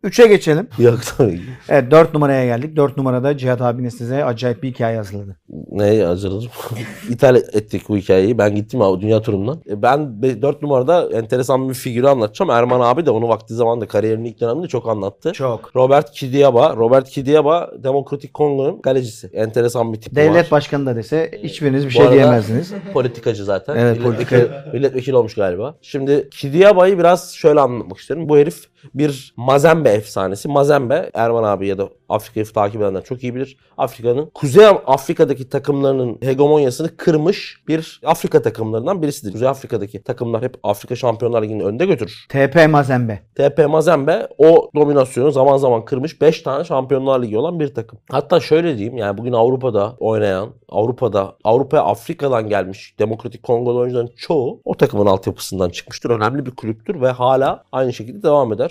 3'e geçelim. Yok tabii. ki. Evet 4 numaraya geldik. 4 numarada Cihat abiniz size acayip bir hikaye hazırladı. Neye hazırladım? İthal ettik bu hikayeyi. Ben gittim abi dünya turundan. E, Ben 4 numarada enteresan bir figürü anlatacağım. Erman abi de onu vakti zamanında kariyerinin ilk döneminde çok anlattı. Çok. Robert Kidiaba. Robert Kidiaba Demokratik Kongo'nun kalecisi. Enteresan bir tipi Devlet var. başkanı da dese hiçbiriniz bir Ee, Bu şey arada- diyemezsiniz. Politikacı zaten. Evet, milletvekili, milletvekili olmuş galiba. Şimdi Kidiaba'yı biraz şöyle anlatmak istiyorum. Bu herif bir Mazembe efsanesi. Mazembe Erman abi ya da Afrika'yı takip edenler çok iyi bilir. Afrika'nın Kuzey Afrika'daki takımlarının hegemonyasını kırmış bir Afrika takımlarından birisidir. Kuzey Afrika'daki takımlar hep Afrika Şampiyonlar Ligi'nin önde götürür. TP Mazembe. TP Mazembe o dominasyonu zaman zaman kırmış 5 tane Şampiyonlar Ligi olan bir takım. Hatta şöyle diyeyim yani bugün Avrupa'da oynayan, Avrupa'da, Avrupa'ya Afrika'dan gelmiş Demokratik Kongolu oyuncuların çoğu o takımın altyapısından çıkmıştır. Önemli bir kulüptür ve hala aynı şekilde devam eder.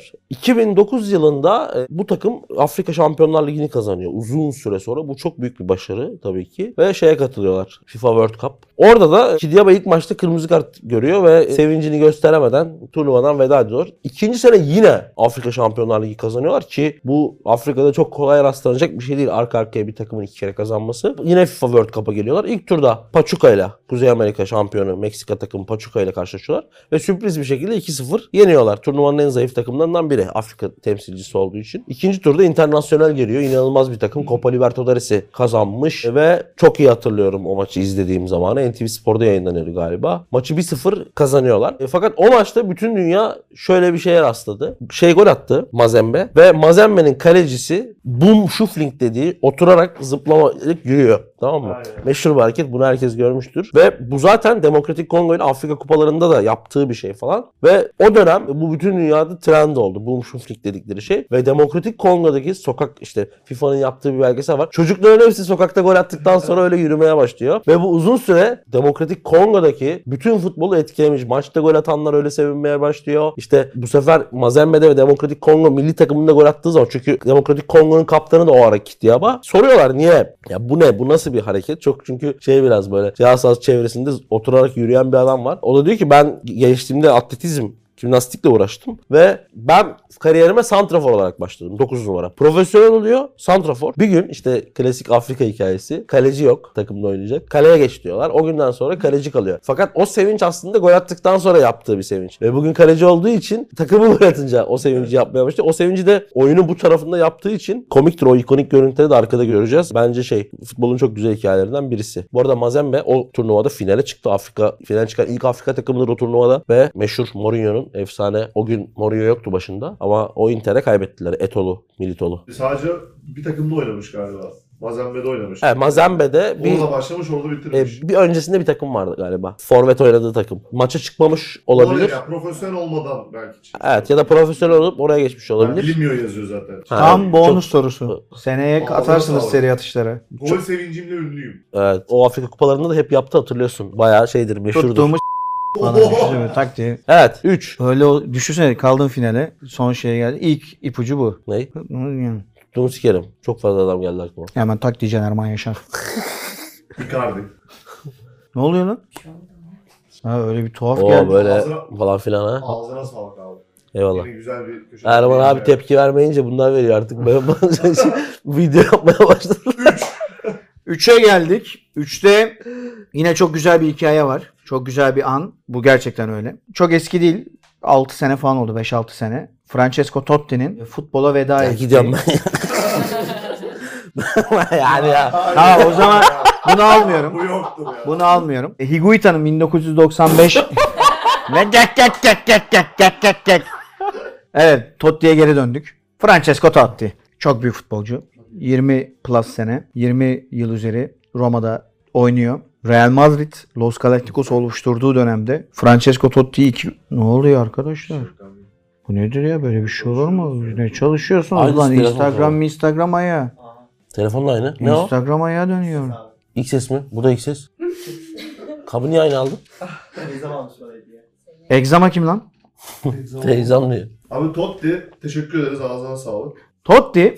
2009 yılında e, bu takım Afrika Şampiyonlar Ligi'ni kazanıyor. Uzun süre sonra bu çok büyük bir başarı tabii ki ve şeye katılıyorlar FIFA World Cup. Orada da Kidiaba ilk maçta kırmızı kart görüyor ve sevincini gösteremeden turnuvadan veda ediyor. İkinci sene yine Afrika Şampiyonlar Ligi kazanıyorlar ki bu Afrika'da çok kolay rastlanacak bir şey değil. Arka arkaya bir takımın iki kere kazanması. Yine FIFA World Cup'a geliyorlar. İlk turda Pachuca ile Kuzey Amerika şampiyonu Meksika takımı Pachuca ile karşılaşıyorlar. Ve sürpriz bir şekilde 2-0 yeniyorlar. Turnuvanın en zayıf takımlarından biri Afrika temsilcisi olduğu için. İkinci turda internasyonel geliyor. İnanılmaz bir takım. Copa Libertadores'i kazanmış ve çok iyi hatırlıyorum o maçı izlediğim zamanı. NTV Spor'da yayınlanıyordu galiba. Maçı 1-0 kazanıyorlar. E, fakat o maçta bütün dünya şöyle bir şeye rastladı. Şey gol attı Mazembe ve Mazembe'nin kalecisi boom shuffling dediği oturarak zıplamalık yürüyor. Tamam mı? Aynen. Meşhur bir hareket. Bunu herkes görmüştür. Ve bu zaten Demokratik Kongo'nun Afrika kupalarında da yaptığı bir şey falan. Ve o dönem bu bütün dünyada trend oldu. Boom Shuflik dedikleri şey. Ve Demokratik Kongo'daki sokak işte FIFA'nın yaptığı bir belgesel var. Çocukların hepsi sokakta gol attıktan sonra öyle yürümeye başlıyor. Ve bu uzun süre Demokratik Kongo'daki bütün futbolu etkilemiş. Maçta gol atanlar öyle sevinmeye başlıyor. İşte bu sefer Mazembe'de ve Demokratik Kongo milli takımında gol attığı zaman çünkü Demokratik Kongo'nun kaptanı da o ara Kitiaba. Soruyorlar niye? Ya bu ne? Bu nasıl bir hareket? Çok çünkü şey biraz böyle cihaz sahası çevresinde oturarak yürüyen bir adam var. O da diyor ki ben gençliğimde atletizm jimnastikle uğraştım ve ben kariyerime santrafor olarak başladım 9 numara. Profesyonel oluyor santrafor. Bir gün işte klasik Afrika hikayesi kaleci yok takımda oynayacak. Kaleye geç diyorlar. O günden sonra kaleci kalıyor. Fakat o sevinç aslında gol attıktan sonra yaptığı bir sevinç. Ve bugün kaleci olduğu için takımı gol atınca o sevinci yapmaya başladı. O sevinci de oyunun bu tarafında yaptığı için komiktir o ikonik görüntüleri de arkada göreceğiz. Bence şey futbolun çok güzel hikayelerinden birisi. Bu arada Mazembe o turnuvada finale çıktı. Afrika finale çıkan ilk Afrika takımıdır o turnuvada ve meşhur Mourinho'nun efsane o gün Mourinho yoktu başında ama o Inter'e kaybettiler. Etolu, Militolu. E, Sadece bir takımda oynamış galiba. Mazembe'de oynamış. Evet, Mazembe'de E, bir Orada başlamış orada bitirmiş. e, bir öncesinde bir takım vardı galiba. Forvet oynadığı takım. Maça çıkmamış olabilir. Ya, profesyonel olmadan belki. çıkmış. Evet ya da profesyonel olup oraya geçmiş Yani olabilir. bilinmiyor yazıyor zaten. Ha, Tam çok- bonus sorusu. Seneye atarsınız Çok- seri atışlara. Gol sevincimle ünlüyüm. Evet, o Afrika kupalarında da hep yaptı hatırlıyorsun. Bayağı şeydir meşhurdur. Tuttuğumuz falan düşünsene böyle tak diye. Evet 3. Öyle o, düşünsene kaldın finale. Son şeye geldi. İlk ipucu bu. Ne? Tuttuğumu sikerim. Çok fazla adam geldi aklıma. Hemen tak diyeceksin Erman Yaşar. Icardi. Ne oluyor lan? Bir şey oldu mu? Ha, öyle bir tuhaf Oo geldi. böyle Ağzına- falan filan ha. Ağzına sağlık abi. Eyvallah. Yine güzel bir köşe. Erman abi tepki. tepki vermeyince bunlar veriyor artık. Ben bana- video yapmaya başladım. 3'e geldik. 3'te yine çok güzel bir hikaye var. Çok güzel bir an. Bu gerçekten öyle. Çok eski değil. 6 sene falan oldu. 5-6 sene. Francesco Totti'nin futbola veda Ya ettiği. gidiyorum ben. yani ya. Ha o zaman bunu almıyorum. Bu yoktur ya. Bunu almıyorum. E, Higuita'nın 1995 ve tek tek tek tek tek tek tek tek. Evet, Totti'ye geri döndük. Francesco Totti. Çok büyük futbolcu. 20 plus sene, 20 yıl üzeri Roma'da oynuyor. Real Madrid, Los Galacticos oluşturduğu dönemde Francesco Totti'yi iki... Ne oluyor arkadaşlar? Bu nedir ya böyle bir şey olur mu? Ne çalışıyorsunuz Aynısı lan? telefon Instagram falan. Instagram ayağı. Telefonla aynı. Ne o? Instagram ayağı dönüyor. XS mi? Bu da XS. Kabı niye aynı aldın? Ne zaman sonra diye. Egzama kim lan? Teyzem diyor. Abi Totti teşekkür ederiz ağzına sağlık. Totti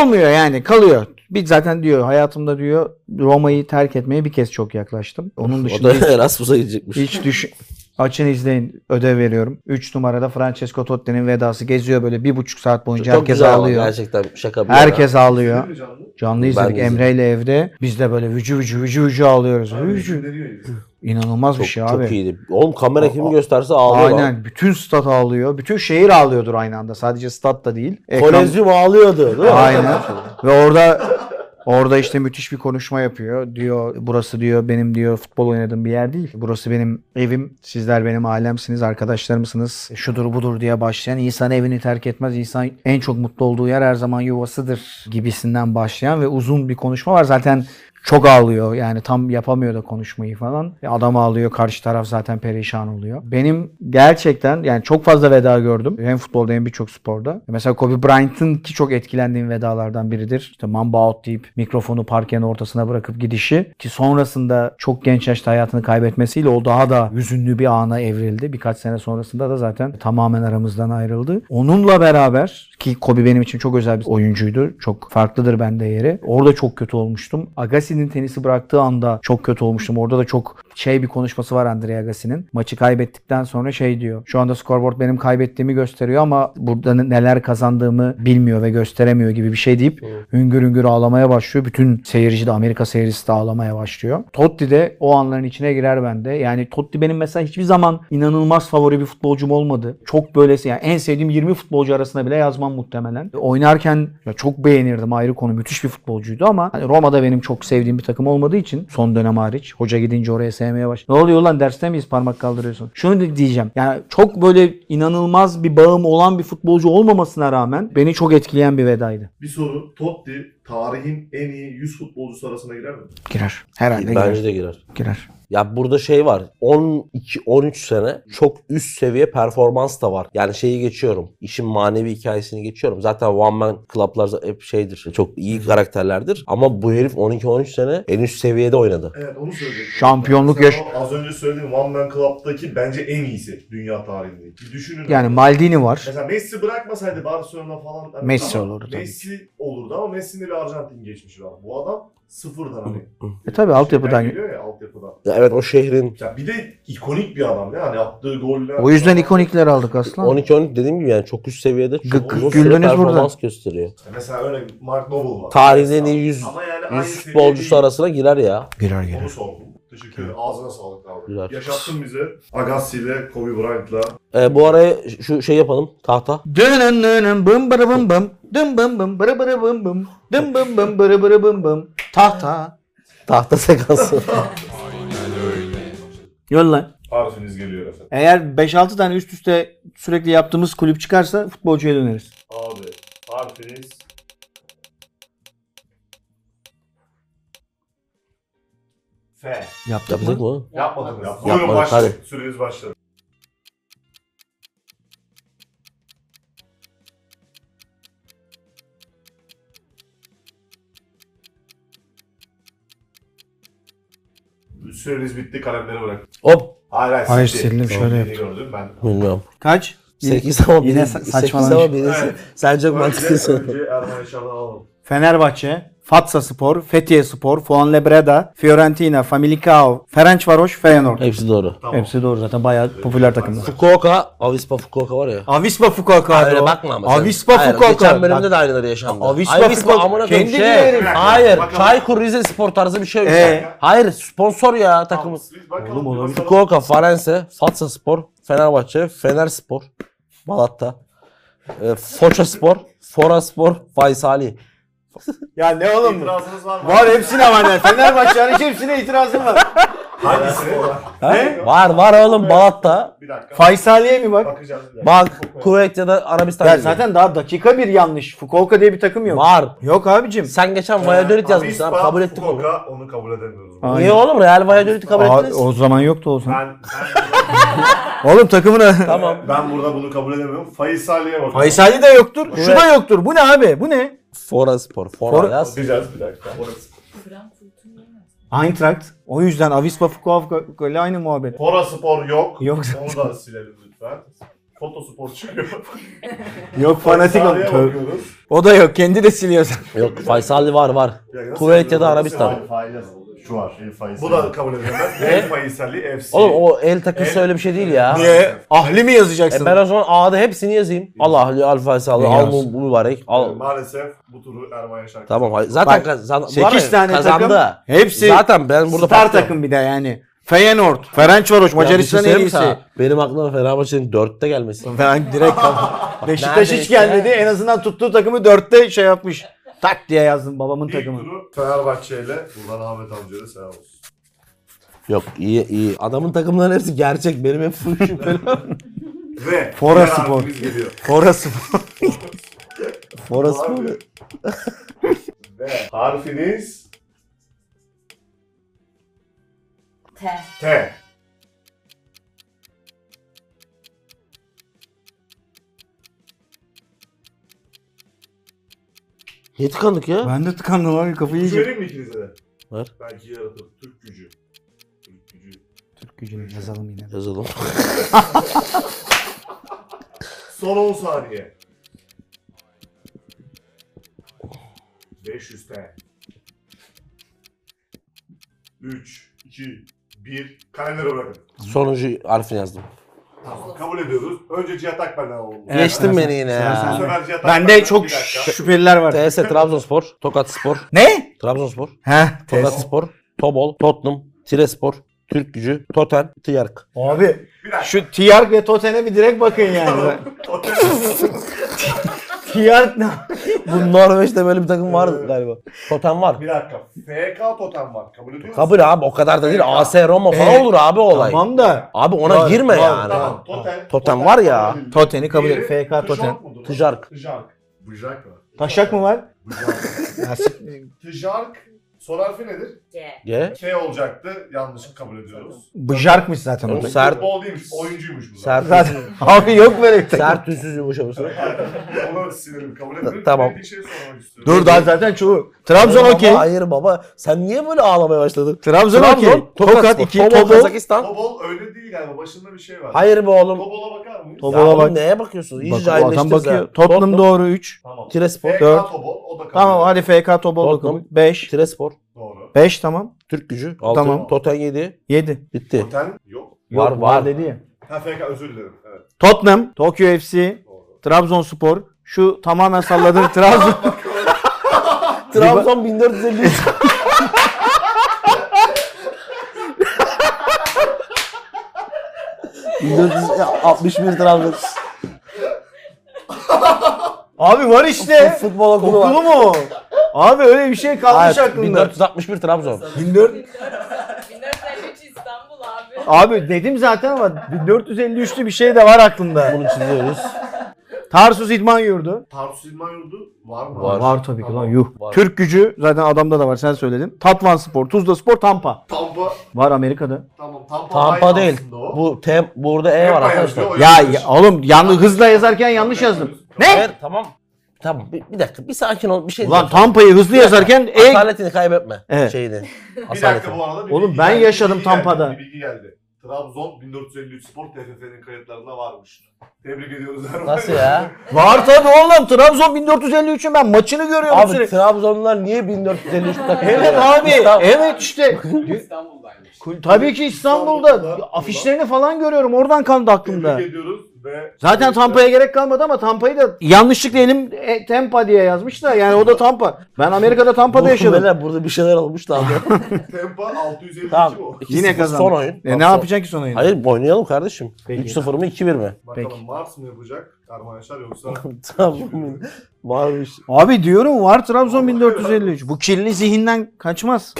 olmuyor yani kalıyor. Bir zaten diyor hayatımda diyor Roma'yı terk etmeye bir kez çok yaklaştım. Onun O dışında da Erasmus'a gidecekmiş. hiç düşün... Açın izleyin. Ödev veriyorum. 3 numarada Francesco Totti'nin vedası geziyor böyle bir buçuk saat boyunca herkes güzel ama ağlıyor. Gerçekten şaka bir Herkes ağlıyor. Değil mi canlı? Canlı Ben izledik izledim. Emre ile evde. Biz de böyle vücu vücu vücu vücu ağlıyoruz. Abi, Vücu. dinleniyor ya. İnanılmaz Çok, bir şey çok abi. iyiydi. Oğlum kamera Aa, kimi gösterse ağlıyor. lan. Aynen. Bütün stat ağlıyor. Bütün şehir ağlıyordur aynı anda. Sadece stat da değil. Ekran- Kolezyum ağlıyordu. Değil mi? Aynen. Ve orada orada işte müthiş bir konuşma yapıyor. Diyor burası diyor benim diyor futbol oynadığım bir yer değil. Burası benim evim. Sizler benim ailemsiniz, arkadaşlarımsınız. E, Şudur budur diye başlayan insan evini terk etmez. İnsan en çok mutlu olduğu yer her zaman yuvasıdır gibisinden başlayan ve uzun bir konuşma var. Zaten çok ağlıyor yani tam yapamıyor da konuşmayı falan. E, Adam ağlıyor karşı taraf zaten perişan oluyor. Benim gerçekten yani çok fazla veda gördüm. Hem futbolda hem birçok sporda. E, Mesela Kobe Bryant'ın ki çok etkilendiğim vedalardan biridir. İşte mamba out deyip mikrofonu parkenin ortasına bırakıp gidişi ki sonrasında çok genç yaşta hayatını kaybetmesiyle o daha da hüzünlü bir ana evrildi. Birkaç sene sonrasında da zaten tamamen aramızdan ayrıldı. Onunla beraber ki Kobe benim için çok özel bir oyuncuydu. Çok farklıdır bende yeri. Orada çok kötü olmuştum. Agassi'nin tenisi bıraktığı anda çok kötü olmuştum. Orada da çok şey bir konuşması var Andre Agassi'nin. Maçı kaybettikten sonra şey diyor. Şu anda scoreboard benim kaybettiğimi gösteriyor ama burada neler kazandığımı bilmiyor ve gösteremiyor gibi bir şey deyip hüngür hüngür ağlamaya başlıyor. Bütün seyirci de Amerika seyircisi de ağlamaya başlıyor. Totti de o anların içine girer bende. Yani Totti benim mesela hiçbir zaman inanılmaz favori bir futbolcum olmadı. Çok böylesi yani en sevdiğim 20 futbolcu arasında bile yazmam muhtemelen. Oynarken ya çok beğenirdim ayrı konu müthiş bir futbolcuydu ama hani Roma'da benim çok sevdiğim bir takım olmadığı için son dönem hariç hoca gidince oraya sevmeye baş. Ne oluyor lan derste miyiz parmak kaldırıyorsun? Şunu di- diyeceğim. Yani çok böyle inanılmaz bir bağım olan bir futbolcu olmamasına rağmen beni çok etkileyen bir vedaydı. Bir soru. Totti tarihin en iyi 100 futbolcusu arasına girer mi? Girer. Herhalde Bence girer. de girer. Girer. Ya burada şey var. 12-13 sene çok üst seviye performans da var. Yani şeyi geçiyorum. işin manevi hikayesini geçiyorum. Zaten One Man Club'lar hep şeydir. Çok iyi karakterlerdir. Ama bu herif 12-13 sene en üst seviyede oynadı. Evet onu söyleyecektim. Şampiyonluk Mesela yaş- o Az önce söylediğim One Man Club'daki bence en iyisi dünya tarihindeki. Bir düşünün. Yani Maldini var. Mesela Messi bırakmasaydı Barcelona falan. hani Messi tamam, olurdu tabii Messi olurdu ama Messi'nin de bir Arjantin geçmişi var. Bu adam sıfırdan hani. E tabii altyapıdan- Şeyden geliyor ya altyapıdan. Ya evet o şehrin Ya bir de ikonik bir adam ya. Hani attığı goller. O yüzden ikonikler aldık aslan. 12-13 dediğim gibi yani çok üst seviyede çok Gık- uzun güldünüz süre burada. performans gösteriyor. Mesela örnek Mark Noble var. Tarihin en iyi 100, Ama 100 yani aynı seviyede futbolcusu değil. arasına girer ya. Girer Onu girer. sordum. Teşekkür ederim. Ağzına sağlık abi. Güzel. Yaşattın bize. Agassi ile Kobe Bryant'la. Ee, bu araya şu şey yapalım tahta. Dönün dönün bım bırı bım bım. Dım bım bım bırı bırı bım bım. Dım bım bım bırı bırı bım bım. Tahta. Tahta sekansı. Yolla. Arifiniz geliyor efendim. Eğer 5-6 tane üst üste sürekli yaptığımız kulüp çıkarsa futbolcuya döneriz. Abi harfiniz F. Yaptık Yapacak mı? mı? Yapmadım ya. Yapmadık, Buyurun başlayın. hadi. Süreniz başladı. Süreniz bitti. Kalemleri bırak. Hop. Hayır hayır. Hayır, sildi. sildim, şöyle Yeni yaptım. gördüm ben. Bilmiyorum. Kaç? 8 ama Yine biri- sa- sekiz saçmalamış. ama birisi. Evet. Sen çok Önce, mantıklısın. önce Erman Yaşar'dan alalım. Fenerbahçe. Fatsa Spor, Fethiye Spor, Fuenlabrada, Fiorentina, Famalicão, Ferencvaros, Feyenoord. Hepsi doğru. Tamam. Hepsi doğru zaten bayağı popüler takımlar. Fukuoka, Avispa Fukuoka var ya. Avispa Fukuoka abi Öyle o. bakma ama. sen. Avispa Hayır, Fukuoka. Geçen bölümde Bak, de aynıları yaşandı. Avispa Fukuoka- Fukuoka. Amına koyayım Kendi şey. diyelim. Hayır. Bakalım. Çaykur Rizespor tarzı bir şey. yok. Ee? Hayır sponsor ya takımı. Biz bakalım. Oğlum bir olabilir. bakalım. Fukuoka, Farense, Fatsa Spor, Fenerbahçe, Fener Spor, Malatya, e, Foça Spor, Fora Spor, Faysali. Ya ne oğlum? bu? İtirazınız var mı? Var hepsine var yani. Fenerbahçe hariç hepsine itirazım var. Hangisi? He? Var var oğlum Malatya. Bir dakika. Faysali'ye mi bak? Bakacağız. bir dakika. Bak Kuveyt ya da Arabistan. Ya gibi. zaten daha dakika bir yanlış. Fukuoka diye bir takım yok. Var. Yok abicim. Sen geçen Valladolid yazmışsın abi Avispa kabul ettik onu. Fukuoka, onu kabul edemiyoruz. Aa, Niye oğlum Real Valladolid'i kabul Aa, ettiniz? o zaman yoktu olsun. Ben, Oğlum takımına. Tamam. ben, ben burada bunu kabul edemiyorum. Faysali'ye bakalım. Faysali de yoktur. Şu da yoktur. Bu ne abi? Bu ne? Fora Spor. Fora, Fora- yaz. Bakacağız bir dakika. Orası. Frankfurt'un yemez. Eintracht. O yüzden Avispa Fukuoka ile aynı muhabbet. Pora Spor yok. Yok. Onu da silelim lütfen. Fotospor çıkıyor. Yok fanatik ol. Faysali'ye Tövbe. bakıyoruz. O da yok. Kendi de siliyor zaten. Yok Faysali var var. Bir dakika, nasıl Kuveyt ya da yapıyoruz? Arabistan. Şu var. şey, El Faysal. Bu da kabul edilmez. El Faysali FC. Oğlum o el takısı El- öyle bir şey değil ya. Şey- Niye? Ahli mi E yazacaksın? ben o zaman A'da hepsini yazayım. Allah Ali Al Faysali, Ne Al yazsın? Mu- Mübarek, Al. Maalesef bu turu Erman Yaşar. Tamam hayır. zaten Bak, kazan, var 8 ya, tane kazandı. takım. Hepsi Zaten ben burada star patlıyorum. takım bir de yani. Feyenoord, Ferencvaros, Ya bir şey Macaristan en söyleyeyim mi iyisi. sana? Benim aklıma Fenerbahçe'nin 4'te gelmesi. Ben direkt Beşiktaş hiç neredeyse. gelmedi. En azından tuttuğu takımı dörtte şey yapmış. Tak diye yazdım babamın takımı. İlk turu Fenerbahçe ile buradan Ahmet amcaya da selam olsun. Yok iyi iyi. Adamın takımların hepsi gerçek. Benim hep şüpheli. Ve Fora diğer Spor. harfimiz geliyor. Orası mı? Orası mı? Abi. Ve harfiniz T. T. Niye tıkandık ya? Ben de tıkandım abi kafayı Güç yiyeceğim. vereyim mi ikinize de? Ver. Belki yaratır. Türk gücü. Türk gücü. Türk gücünü yazalım yine. Yazalım. Son 10 saniye. 500 T. 3, 2, 1. Kalemleri bırakın. Sonuncu harfini yazdım. Tamam, kabul ediyoruz. Önce Cihat Akbel'den alalım. Evet, Geçtin sen- beni yine sen- Bu sen- ya. sefer Cihat Bende Akbel'den çok bir dakika. şü- şüpheliler var. TS Trabzonspor, Tokat Spor, Ne? Trabzonspor, He. Tokat Spor, Tobol, Tottenham, Tirespor, Türk Gücü, Totem, Tiyark. Abi Bir dakika. şu Tiyark ve Toten'e bir direkt bakın yani. Tiyark ne? Bu Norveç'te böyle bir takım vardı galiba. Totem var. bir dakika. FK totem var. Kabul ediyor musun? Kabul abi o kadar da değil. AS Roma Evet. falan olur abi o olay. Tamam da Abi ona Var, girme var. yani. Tamam. Totem. Totem var ya. kabul edildi. Toten'i kabul et. Diğeri FK Toten. Tjark mıdır? Tjark. Tjark. Bıcak mı? Taşak mı var? Bıcak. Ya s- Tjark. Son harfi nedir? G. Ye. K olacaktı. Yanlış kabul ediyoruz. Bıjarkmış zaten o. Oğlum Sert- Futbol değilmiş. Oyuncuymuş bu. Sert, Zaten abi yok böyle bir takım. sert ünsüz yumuşaması. Onu silelim. Kabul ediyoruz. Tamam. Bir şey sormak istiyorum. Dur daha zaten çoğu. Trabzon okey. Hayır baba sen niye böyle ağlamaya başladın? Trabzon okey. Tokat Spor, 2, Tobol, Tobo. Kazakistan. Tobol öyle değil galiba. Başında bir şey var. Hayır be oğlum. Tobol'a bakar mıyız? Tobol. Ya Tobol'a oğlum bak. neye bakıyorsun? İyice Bak, o adam cahilleştiniz bakıyor. ha. Tottenham doğru 3. Tamam. Tirespor. FK Dört. Tobol. O da kabul Tamam ediyor. hadi FK Tobol Tottenham. okuduk. 5. Tirespor. Doğru. 5 tamam. Türk gücü. 6. Tamam. Toten 7. 7. Bitti. Totem yok. Var, var. dedi ya. Ha FK özür dilerim. Evet. Tottenham, Tokyo FC, Doğru. Trabzonspor. Şu tamamen salladığım Trabzon. Trabzon 1453. ya 61 Trabzon. Abi var işte. Futbol okulu Kokulu var. mu? o? Abi öyle bir şey kalmış Hayır, aklımda. 1461 Trabzon. 1400 1453 İstanbul abi. Abi dedim zaten ama 1453'lü bir şey de var aklımda. Bunu çiziyoruz. Tarsus İdman Yurdu. Tarsus İlman Yurdu var mı? Var. tabii ki Tamam. lan yuh. Var. Türk gücü zaten adamda da var sen söyledin. Tatvan Spor, Tuzla Spor, Tampa. Tampa. Var Amerika'da. Tamam Tampa, Tampa aynı değil. aslında o. Bu tem burada E var Tampa arkadaşlar. yazıyor, Ya, öyle ya oğlum yanlış hızla yazarken yanlış yazdım. Ne? Hayır, tamam. Tamam bir, bir dakika bir sakin ol bir şey Ulan diyeceğim. Tampa'yı hızlı yazarken e Asaletini kaybetme Evet. şeyini. Bir Asaletini. dakika bu arada bir Oğlum bilgi ben geldi, yaşadım bilgi geldi, Tampa'da. bir bilgi geldi. Trabzon 1453 Spor TFF'nin kayıtlarında varmış. Tebrik ediyoruz Erman. Nasıl ya? Var tabii oğlum. Trabzon 1453'ün ben maçını görüyorum Abi sürekli. Trabzonlular niye 1453 takıyor? Evet abi. Evet işte. İstanbul'daymış. Kul- Tabii ki İstanbul'da İstanbul'da. afişlerini falan görüyorum. Oradan kaldı aklımda. Tebrik ediyoruz ve Zaten Tampa'ya gerek kalmadı ama Tampa'yı da yanlışlıkla elim e, Tampa diye yazmış da yani o da Tampa. Ben Amerika'da Tampa'da Bu yaşadım. kuleler Burada bir şeyler olmuş lan. Tempa 652 tamam. bu. 2-0 Yine kazandık. Son oyun. E, Bak ne son- yapacaksın ki son oyunu? Hayır oynayalım kardeşim. Peki. 3-0 mı 2-1 mi? Bakalım Peki. Mars mı yapacak Ermanşar yoksa Trabzon varmış. Abi diyorum var Trabzon 1453. Bu kirli zihinden kaçmaz.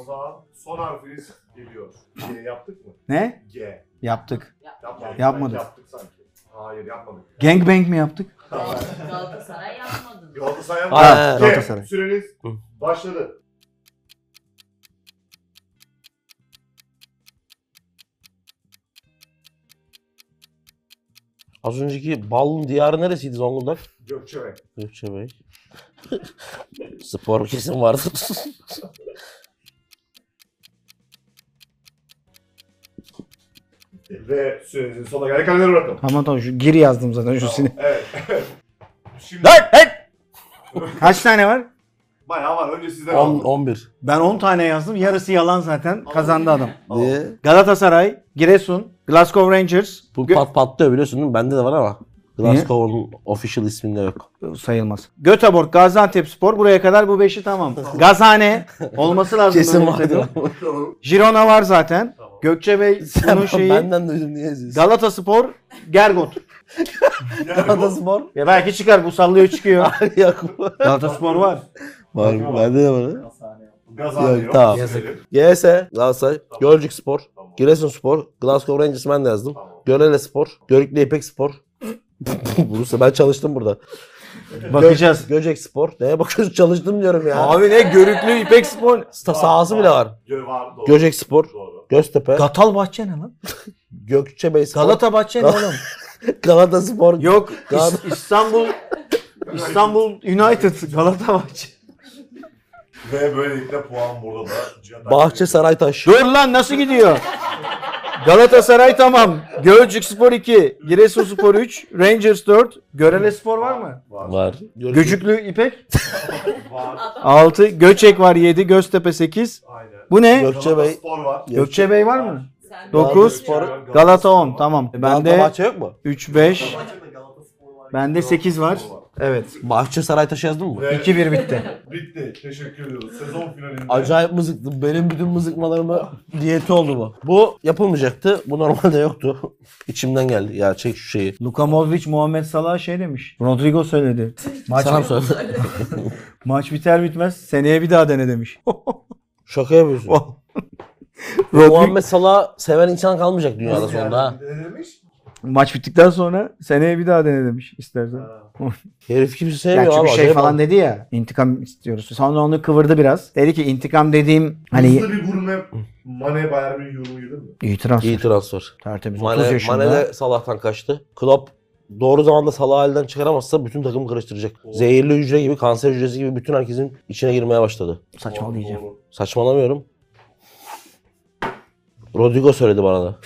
o zaman son harfiniz geliyor. G yaptık mı? Ne? G. Yaptık. Yapmadık. Yapmadık. Yaptık sanki. Hayır yapmadık. Gangbang mi yaptık? Galatasaray yapmadın. Galatasaray Ha, yapmadı. G. Galatasaray. Süreniz Hı. başladı. Az önceki Ballı'nın diyarı neresiydi Zonguldak? Gökçebek. Gökçe Bey. Spor kesin vardır. Ve sürenizin sonuna geldik. Kalender bırakın. Tamam tamam şu gir yazdım zaten şu sinir. Evet. Şimdi Lan hey! Kaç tane var? bayağı var. Önce sizden 10 alalım. 11. Ben 10 tane yazdım. Yarısı yalan zaten. Kazandı adam. Diye. Galatasaray, Giresun, Glasgow Rangers. Bu Gö- pat patlıyor biliyorsun değil mi? Bende de var ama. Glasgow'un official isminde yok. sayılmaz. Göteborg, Gaziantep Spor. Buraya kadar bu beşi tamam. Gazane olması lazım. Kesin böyle bir vardır. takım. ama. Girona var zaten. Tamam. Gökçebey bunun Sen şeyi. benden duydun niye yazıyorsun? Galataspor, Gergot. Galataspor. Ya belki çıkar bu sallıyor çıkıyor. Yakup. Galataspor var. Var bende de var. Hastane. Gazan Yok, yok. tamam. Yazık. GS, Galatasaray, Gölcük Spor, Tamam. Giresun Spor, Glasgow Rangers ben de yazdım. Tamam. Görele Spor, Görükle İpek Spor. Burası ben çalıştım burada. Bakacağız. Gö- Göcek Spor. Neye bakıyorsun çalıştım diyorum ya. Abi ne görüklü İpek Spor. Sta sahası bile var. Gö var. Doğru. Göcek Spor, Doğru. Göztepe, Gatal Bahçe ne lan? Gökçebey Spor, Galata Bahçe ne oğlum? Galata Spor, Yok İs- Gal- İstanbul İstanbul United Galata Bahçe. Ve böylelikle puan burada da. Cihat Bahçe Saraytaş. Dur lan nasıl gidiyor? Galatasaray tamam. Gölcük Spor 2. Giresun Spor 3. Rangers 4. Görele Spor var mı? Var. Var. Göcüklü İpek Var. 6. Göçek var 7. Göztepe 8. Aynen. Bu ne? Gö- Gökçebey- Spor var. Gökçebey var mı? Sen Dokuz. Galatasaray var. Galata 10 tamam. Bende Bahçe yok mu? 3 5. Maçta Galatasaray var. Bende 8 var. Evet. Bahçe Saraytaş yazdın mı? Ve 2-1 bitti. bitti. Teşekkür ediyoruz. Sezon finalinde. Acayip mızıktım. Benim bütün mızıkmalarıma diyeti oldu bu. Bu yapılmayacaktı. Bu normalde yoktu. İçimden geldi. Ya çek şu şeyi. Luka Modric Muhammed Salah şey demiş. Rodrigo söyledi. Maç, Sana mı söyle? maç biter bitmez seneye bir daha dene demiş. Şaka yapıyorsun. Rodrigo, Oh, Muhammed Salah seven insan kalmayacak dünyada sonunda ha. Ne demiş? maç bittikten sonra seneye bir daha dene demiş istersen. Ha. Herif kimse Ya sevmiyor çünkü abi. şey acayip falan adam. dedi ya intikam istiyoruz. Sonra onu kıvırdı biraz. Dedi ki intikam dediğim hani Hızlı bir gurme Mane Bayern Münih yorumu yedin mi? iyi transfer. İyi transfer. Tertemiz 30 Mane, yaşında. Mane de Salah'tan kaçtı. Klopp doğru zamanda Salah'ı elden çıkaramazsa bütün takımı karıştıracak. Zehirli hücre gibi, kanser hücresi gibi bütün herkesin içine girmeye başladı. Saçmalayacağım. Doğru. Saçmalamıyorum. Rodrigo söyledi bana da.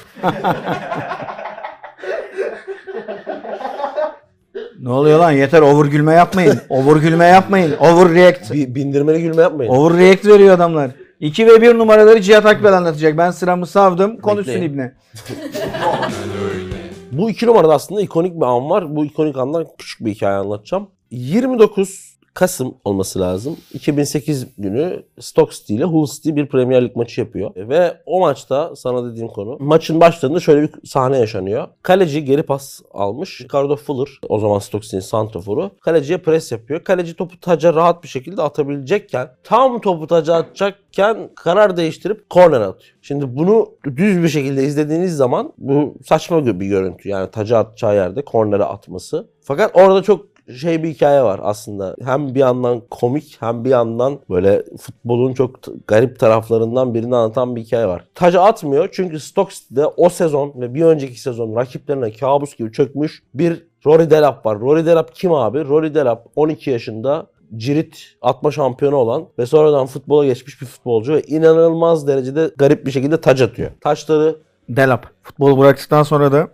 Ne oluyor lan yeter over gülme yapmayın. over gülme yapmayın. Over react. Bir bindirmeli gülme yapmayın. Over react veriyor adamlar. 2 ve 1 numaraları Cihat Akbel anlatacak. Ben sıramı savdım. Konuşsun Bekleyin. İbne. Bu iki numarada aslında ikonik bir an var. Bu ikonik andan küçük bir hikaye anlatacağım. 29 Kasım olması lazım. 2008 günü Stoke City ile Hull City bir Premier Lig maçı yapıyor. Ve o maçta sana dediğim konu maçın başlarında şöyle bir sahne yaşanıyor. Kaleci geri pas almış. Ricardo Fuller o zaman Stoke City'nin santroforu. Kaleciye pres yapıyor. Kaleci topu taca rahat bir şekilde atabilecekken tam topu taca atacakken karar değiştirip korner atıyor. Şimdi bunu düz bir şekilde izlediğiniz zaman bu saçma bir görüntü. Yani taca atacağı yerde kornere atması. Fakat orada çok şey bir hikaye var aslında. Hem bir yandan komik hem bir yandan böyle futbolun çok t- garip taraflarından birini anlatan bir hikaye var. Taca atmıyor çünkü Stoke City'de o sezon ve bir önceki sezon rakiplerine kabus gibi çökmüş bir Rory Delap var. Rory Delap kim abi? Rory Delap 12 yaşında cirit atma şampiyonu olan ve sonradan futbola geçmiş bir futbolcu ve inanılmaz derecede garip bir şekilde taç atıyor. Taçları Delap. Futbolu bıraktıktan sonra da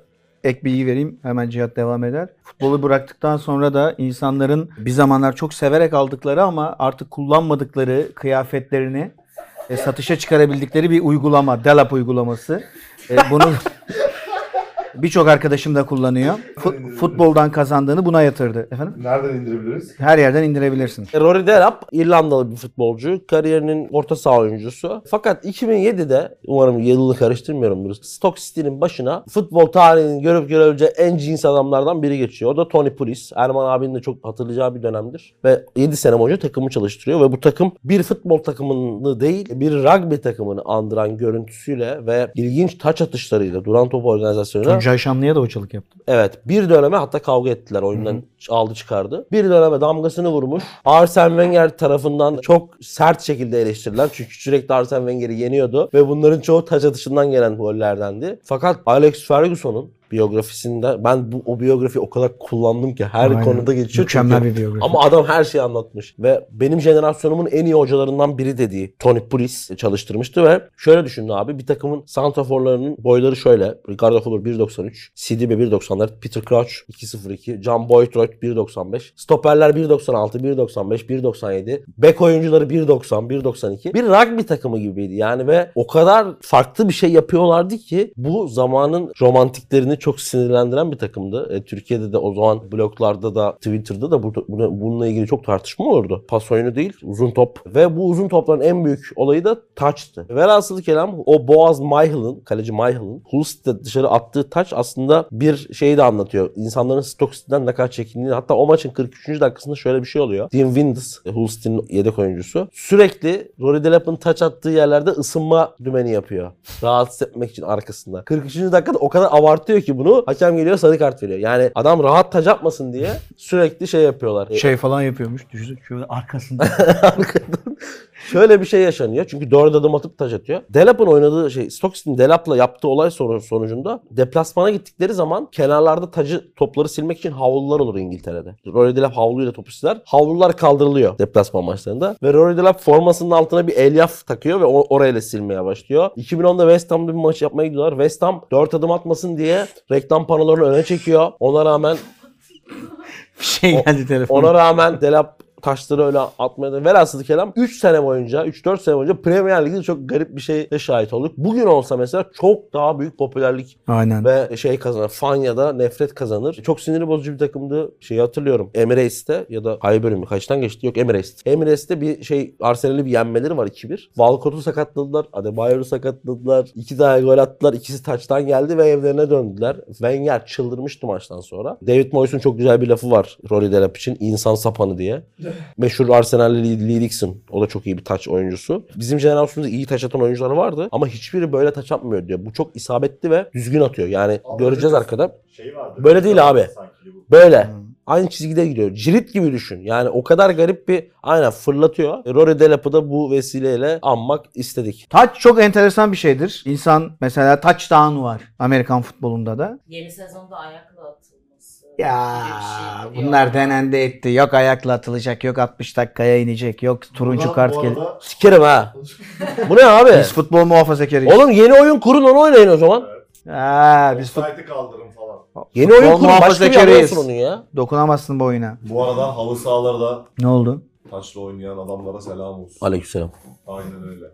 ek bilgi vereyim. Hemen Cihat devam eder. Futbolu bıraktıktan sonra da insanların bir zamanlar çok severek aldıkları ama artık kullanmadıkları kıyafetlerini e, satışa çıkarabildikleri bir uygulama. Delap uygulaması. E, bunu birçok arkadaşım da kullanıyor. Fu- futboldan kazandığını buna yatırdı. Efendim? Nereden indirebiliriz? Her yerden indirebilirsin. E, Rory Delap İrlandalı bir futbolcu. Kariyerinin orta saha oyuncusu. Fakat 2007'de umarım yılını karıştırmıyorum. Stock City'nin başına futbol tarihinin görüp görebileceği en cins adamlardan biri geçiyor. O da Tony Pulis. Erman abinin de çok hatırlayacağı bir dönemdir. Ve 7 sene boyunca takımı çalıştırıyor ve bu takım bir futbol takımını değil bir rugby takımını andıran görüntüsüyle ve ilginç taç atışlarıyla duran top organizasyonuyla Tuncay Şanlı'ya da hocalık yaptı. Evet bir döneme hatta kavga ettiler oyundan aldı çıkardı. Bir döneme damgasını vurmuş. Arsene Wenger tarafından çok sert şekilde eleştirilen çünkü sürekli Arsene Wenger'i yeniyordu ve bunların çoğu taç atışından gelen gollerdendi. Fakat Alex Ferguson'un biyografisinde ben bu o biyografi o kadar kullandım ki her Aynen. konuda geçiyor. Mükemmel çünkü- bir biyografi. ama adam her şeyi anlatmış. Ve benim jenerasyonumun en iyi hocalarından biri dediği Tony Pulis çalıştırmıştı ve şöyle düşündü abi. Bir takımın santraforlarının boyları şöyle. Ricardo Fuller 1.93, Sidibe 1.94, Peter Crouch 2.02, John Boyd Roth 1.95, stoperler 1.96, 1.95, 1.97, bek oyuncuları 1.90, 1.92. Bir rugby takımı gibiydi yani ve o kadar farklı bir şey yapıyorlardı ki bu zamanın romantiklerini çok sinirlendiren bir takımdı. E, Türkiye'de de o zaman bloglarda da Twitter'da da burada, buna- bununla ilgili çok tartışma olurdu. Pas oyunu değil uzun top ve bu uzun topların en büyük olayı da taçtı. Velhasıl kelam o Boaz Mayhill'ın kaleci Mayhill'ın Hulst'te dışarı attığı taç aslında bir şeyi de anlatıyor. İnsanların Stoke City'den ne kadar çekindiğini hatta o maçın 43. dakikasında şöyle bir şey oluyor. Dean Windes Hulst'in yedek oyuncusu sürekli Rory Delap'ın taç attığı yerlerde ısınma dümeni yapıyor rahatsız etmek için arkasında. 43. dakikada o kadar abartıyor ki bunu hakem geliyor sarı kart veriyor. Yani adam rahat taç atmasın diye sürekli şey yapıyorlar. E, Şey falan yapıyormuş. Düşünsene şöyle arkasında. arkadan Şöyle bir şey yaşanıyor. Çünkü dört adım atıp taç atıyor. Delap'ın oynadığı şey, Stoke City'nin Delap'la yaptığı olay sonu- sonucunda deplasmana gittikleri zaman kenarlarda tacı topları silmek için havlular olur İngiltere'de. Rory Delap havluyla topu siler. Havlular kaldırılıyor deplasman maçlarında. Ve Rory Delap formasının altına bir elyaf takıyor ve o- orayla silmeye başlıyor. 2010'da West Ham'da bir maç yapmaya gidiyorlar. West Ham dört adım atmasın diye reklam panolarını öne çekiyor. Ona rağmen şey geldi telefon. ona rağmen Delap taşları öyle atmaya da velhasıl kelam 3 sene boyunca 3-4 sene boyunca Premier Lig'de çok garip bir şeye şahit olduk. Bugün olsa mesela çok daha büyük popülerlik Aynen. ve şey kazanır. Fanya'da nefret kazanır. Çok sinirli bozucu bir takımdı. Şeyi hatırlıyorum. Emirates'te ya da Hayber mi? Kaçtan geçti? Yok Emirates'te. Emirates'te bir şey Arsenal'i bir yenmeleri var 2-1. Walcott'u sakatladılar. Adebayor'u sakatladılar. İki tane gol attılar. İkisi taçtan geldi ve evlerine döndüler. Wenger çıldırmıştı maçtan sonra. David Moyes'un çok güzel bir lafı var Rory Delap için. İnsan sapanı diye. Meşhur Arsenal'li Lee- Lee Dixon. O da çok iyi bir taç oyuncusu. Bizim jenerasyonumuzda iyi taç atan oyuncular vardı ama hiçbiri böyle taç atmıyor diyor. Bu çok isabetli ve düzgün atıyor. Yani Abi, göreceğiz böyle- arkada. Şey vardı. Böyle değil abi. Sanki bu. Böyle. Aynı çizgide gidiyor. Cirit gibi düşün. Yani o kadar garip bir aynen fırlatıyor. Rory Delap'ı da bu vesileyle anmak istedik. Taç çok enteresan bir şeydir. İnsan mesela touchdown var Amerikan futbolunda da. Yeni sezonda ayakla atılması. Ya gibi bir şey bunlar diyor. denendi etti. Yok ayakla atılacak, yok 60 dakikaya inecek, yok turuncu Ulan kart bu gelir. arada- Sikerim ha. Bu ne abi? Biz futbol muhafazakarıyız. Oğlum yeni oyun kurun onu oynayın o zaman. Ha, biz fut- Offside'i kaldırın falan. Yeni Futbol oyun kurun. Başka bir muhafazakarıyız. yapıyorsun onu ya. dokunamazsın bu oyuna. Bu arada halı sahalarda Ne oldu? taçla oynayan adamlara selam olsun. Aleykümselam. Aynen öyle.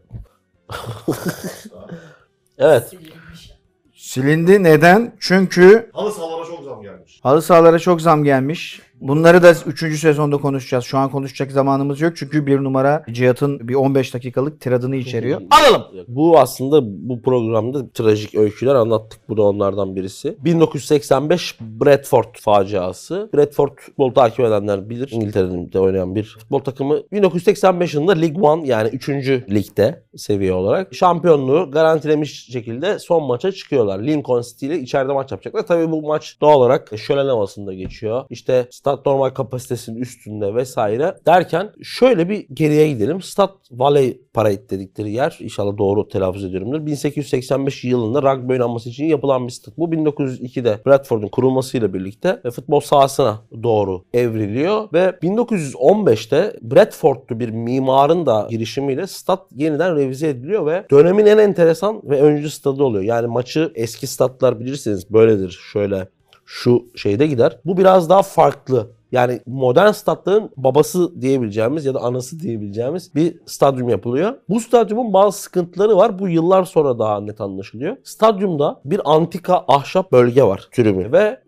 Evet. Silinmiş. Silindi neden? Çünkü Halı sahalara çok zam gelmiş. halı sahalara çok zam gelmiş. Bunları da 3. sezonda konuşacağız. Şu an konuşacak zamanımız yok çünkü bir numara Cihat'ın bir 15 dakikalık tiradını içeriyor. Alalım. Bu aslında bu programda trajik öyküler anlattık. Bu da onlardan birisi. 1985 Bradford faciası. Bradford futbol takip edenler bilir. İngiltere'de oynayan bir futbol takımı. 1985 yılında League One yani 3. ligde seviye olarak şampiyonluğu garantilemiş şekilde son maça çıkıyorlar. Lincoln City ile içeride maç yapacaklar. Tabii bu maç doğal olarak şölen havasında geçiyor. İşte stat normal kapasitesinin üstünde vesaire derken şöyle bir geriye gidelim. Stat Valley Parade dedikleri yer inşallah doğru telaffuz ediyorumdur. 1885 yılında rugby oynanması için yapılan bir stat. Bu 1902'de Bradford'un kurulmasıyla birlikte ve futbol sahasına doğru evriliyor ve 1915'te Bradford'lu bir mimarın da girişimiyle stat yeniden revize ediliyor ve dönemin en enteresan ve öncü stadı oluyor. Yani maçı eski statlar bilirsiniz böyledir şöyle şu şeyde gider. Bu biraz daha farklı. Yani modern statların babası diyebileceğimiz ya da anası diyebileceğimiz bir stadyum yapılıyor. Bu stadyumun bazı sıkıntıları var. Bu yıllar sonra daha net anlaşılıyor. Stadyumda bir antika ahşap bölge var türümü ve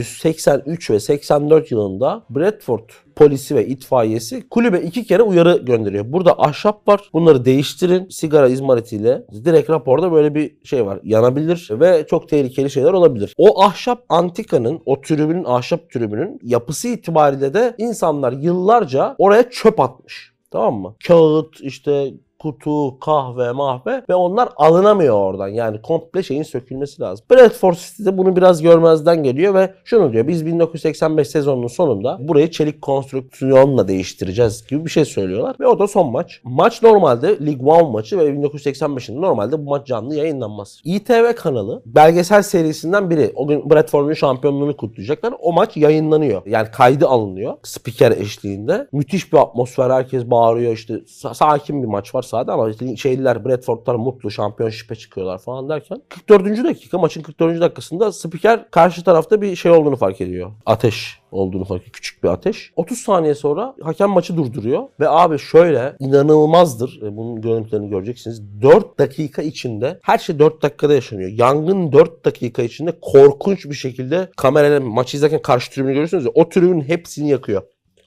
1983 ve 84 yılında Bradford polisi ve itfaiyesi kulübe iki kere uyarı gönderiyor. Burada ahşap var. Bunları değiştirin. Sigara izmaritiyle direkt raporda böyle bir şey var. Yanabilir ve çok tehlikeli şeyler olabilir. O ahşap antikanın, o tribünün, ahşap tribünün yapısı itibariyle de insanlar yıllarca oraya çöp atmış. Tamam mı? Kağıt, işte kutu, kahve, mahve ve onlar alınamıyor oradan. Yani komple şeyin sökülmesi lazım. Bradford City de bunu biraz görmezden geliyor ve şunu diyor. Biz 1985 sezonunun sonunda burayı çelik konstrüksiyonla değiştireceğiz gibi bir şey söylüyorlar. Ve o da son maç. Maç normalde Lig One maçı ve 1985'in normalde bu maç canlı yayınlanmaz. ITV kanalı belgesel serisinden biri. O gün Bradford'un şampiyonluğunu kutlayacaklar. O maç yayınlanıyor. Yani kaydı alınıyor. Spiker eşliğinde. Müthiş bir atmosfer. Herkes bağırıyor işte. Sa- sakin bir maç var sahada ama işte şeyler Bradford'lar mutlu şampiyonşipe çıkıyorlar falan derken 44. dakika maçın 44. dakikasında spiker karşı tarafta bir şey olduğunu fark ediyor. Ateş olduğunu fark ediyor. Küçük bir ateş. 30 saniye sonra hakem maçı durduruyor ve abi şöyle inanılmazdır. E, Bunun görüntülerini göreceksiniz. 4 dakika içinde her şey 4 dakikada yaşanıyor. Yangın 4 dakika içinde korkunç bir şekilde kamerayla maçı izlerken karşı tribünü görürsünüz ya o tribünün hepsini yakıyor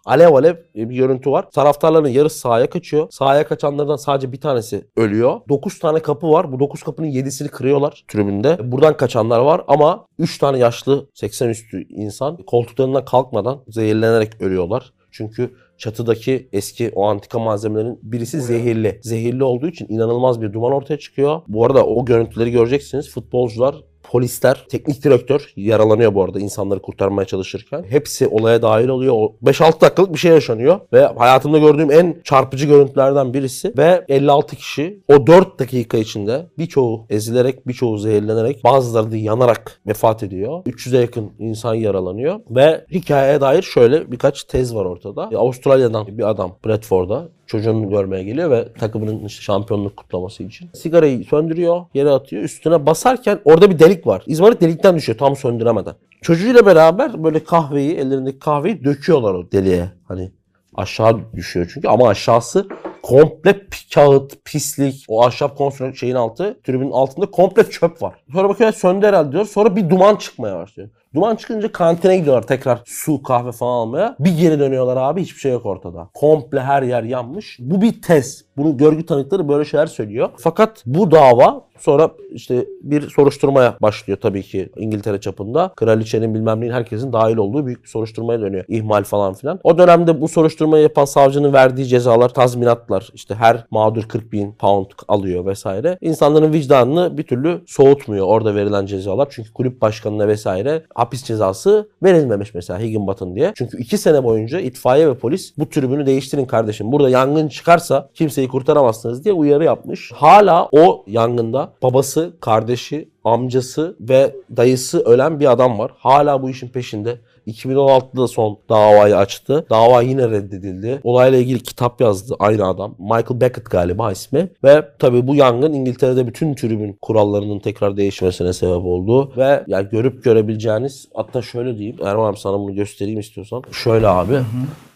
alev alev e, bir görüntü var. Taraftarların yarısı sahaya kaçıyor. Sahaya kaçanlardan sadece bir tanesi ölüyor. 9 tane kapı var. Bu 9 kapının 7'sini kırıyorlar tribünde. Buradan kaçanlar var ama 3 tane yaşlı 80 üstü insan koltuklarından kalkmadan zehirlenerek ölüyorlar. Çünkü çatıdaki eski o antika malzemelerin birisi zehirli. Zehirli olduğu için inanılmaz bir duman ortaya çıkıyor. Bu arada o görüntüleri göreceksiniz. Futbolcular polisler, teknik direktör yaralanıyor bu arada insanları kurtarmaya çalışırken. Hepsi olaya dahil oluyor. O 5-6 dakikalık bir şey yaşanıyor ve hayatımda gördüğüm en çarpıcı görüntülerden birisi ve 56 kişi o 4 dakika içinde birçoğu ezilerek, birçoğu zehirlenerek, bazıları da yanarak vefat ediyor. 300'e yakın insan yaralanıyor ve hikayeye dair şöyle birkaç tez var ortada. E, Avustralya'dan bir adam Bradford'a çocuğunu görmeye geliyor ve takımının işte şampiyonluk kutlaması için. Sigarayı söndürüyor, yere atıyor. Üstüne basarken orada bir delik var. İzmarit delikten düşüyor tam söndüremeden. Çocuğuyla beraber böyle kahveyi, ellerindeki kahveyi döküyorlar o deliğe. Hani aşağı düşüyor çünkü ama aşağısı komple pi- kağıt, pislik, o ahşap konstrüksiyon şeyin altı, tribünün altında komple çöp var. Sonra bakıyor söndü herhalde diyor. Sonra bir duman çıkmaya başlıyor. Duman çıkınca kantine gidiyorlar tekrar su, kahve falan almaya. Bir geri dönüyorlar abi hiçbir şey yok ortada. Komple her yer yanmış. Bu bir tez. Bunu görgü tanıkları böyle şeyler söylüyor. Fakat bu dava sonra işte bir soruşturmaya başlıyor tabii ki İngiltere çapında. Kraliçenin bilmem neyin herkesin dahil olduğu büyük bir soruşturmaya dönüyor. İhmal falan filan. O dönemde bu soruşturmayı yapan savcının verdiği cezalar, tazminatlar işte her mağdur 40 bin pound alıyor vesaire. İnsanların vicdanını bir türlü soğutmuyor orada verilen cezalar. Çünkü kulüp başkanına vesaire hapis cezası verilmemiş mesela Higginbot'un diye. Çünkü iki sene boyunca itfaiye ve polis bu tribünü değiştirin kardeşim. Burada yangın çıkarsa kimseyi kurtaramazsınız diye uyarı yapmış. Hala o yangında babası, kardeşi, amcası ve dayısı ölen bir adam var. Hala bu işin peşinde. 2016'da da son davayı açtı. Dava yine reddedildi. Olayla ilgili kitap yazdı aynı adam. Michael Beckett galiba ismi. Ve tabii bu yangın İngiltere'de bütün tribün kurallarının tekrar değişmesine sebep oldu. Ve yani görüp görebileceğiniz hatta şöyle diyeyim. Erman abi sana bunu göstereyim istiyorsan. Şöyle abi.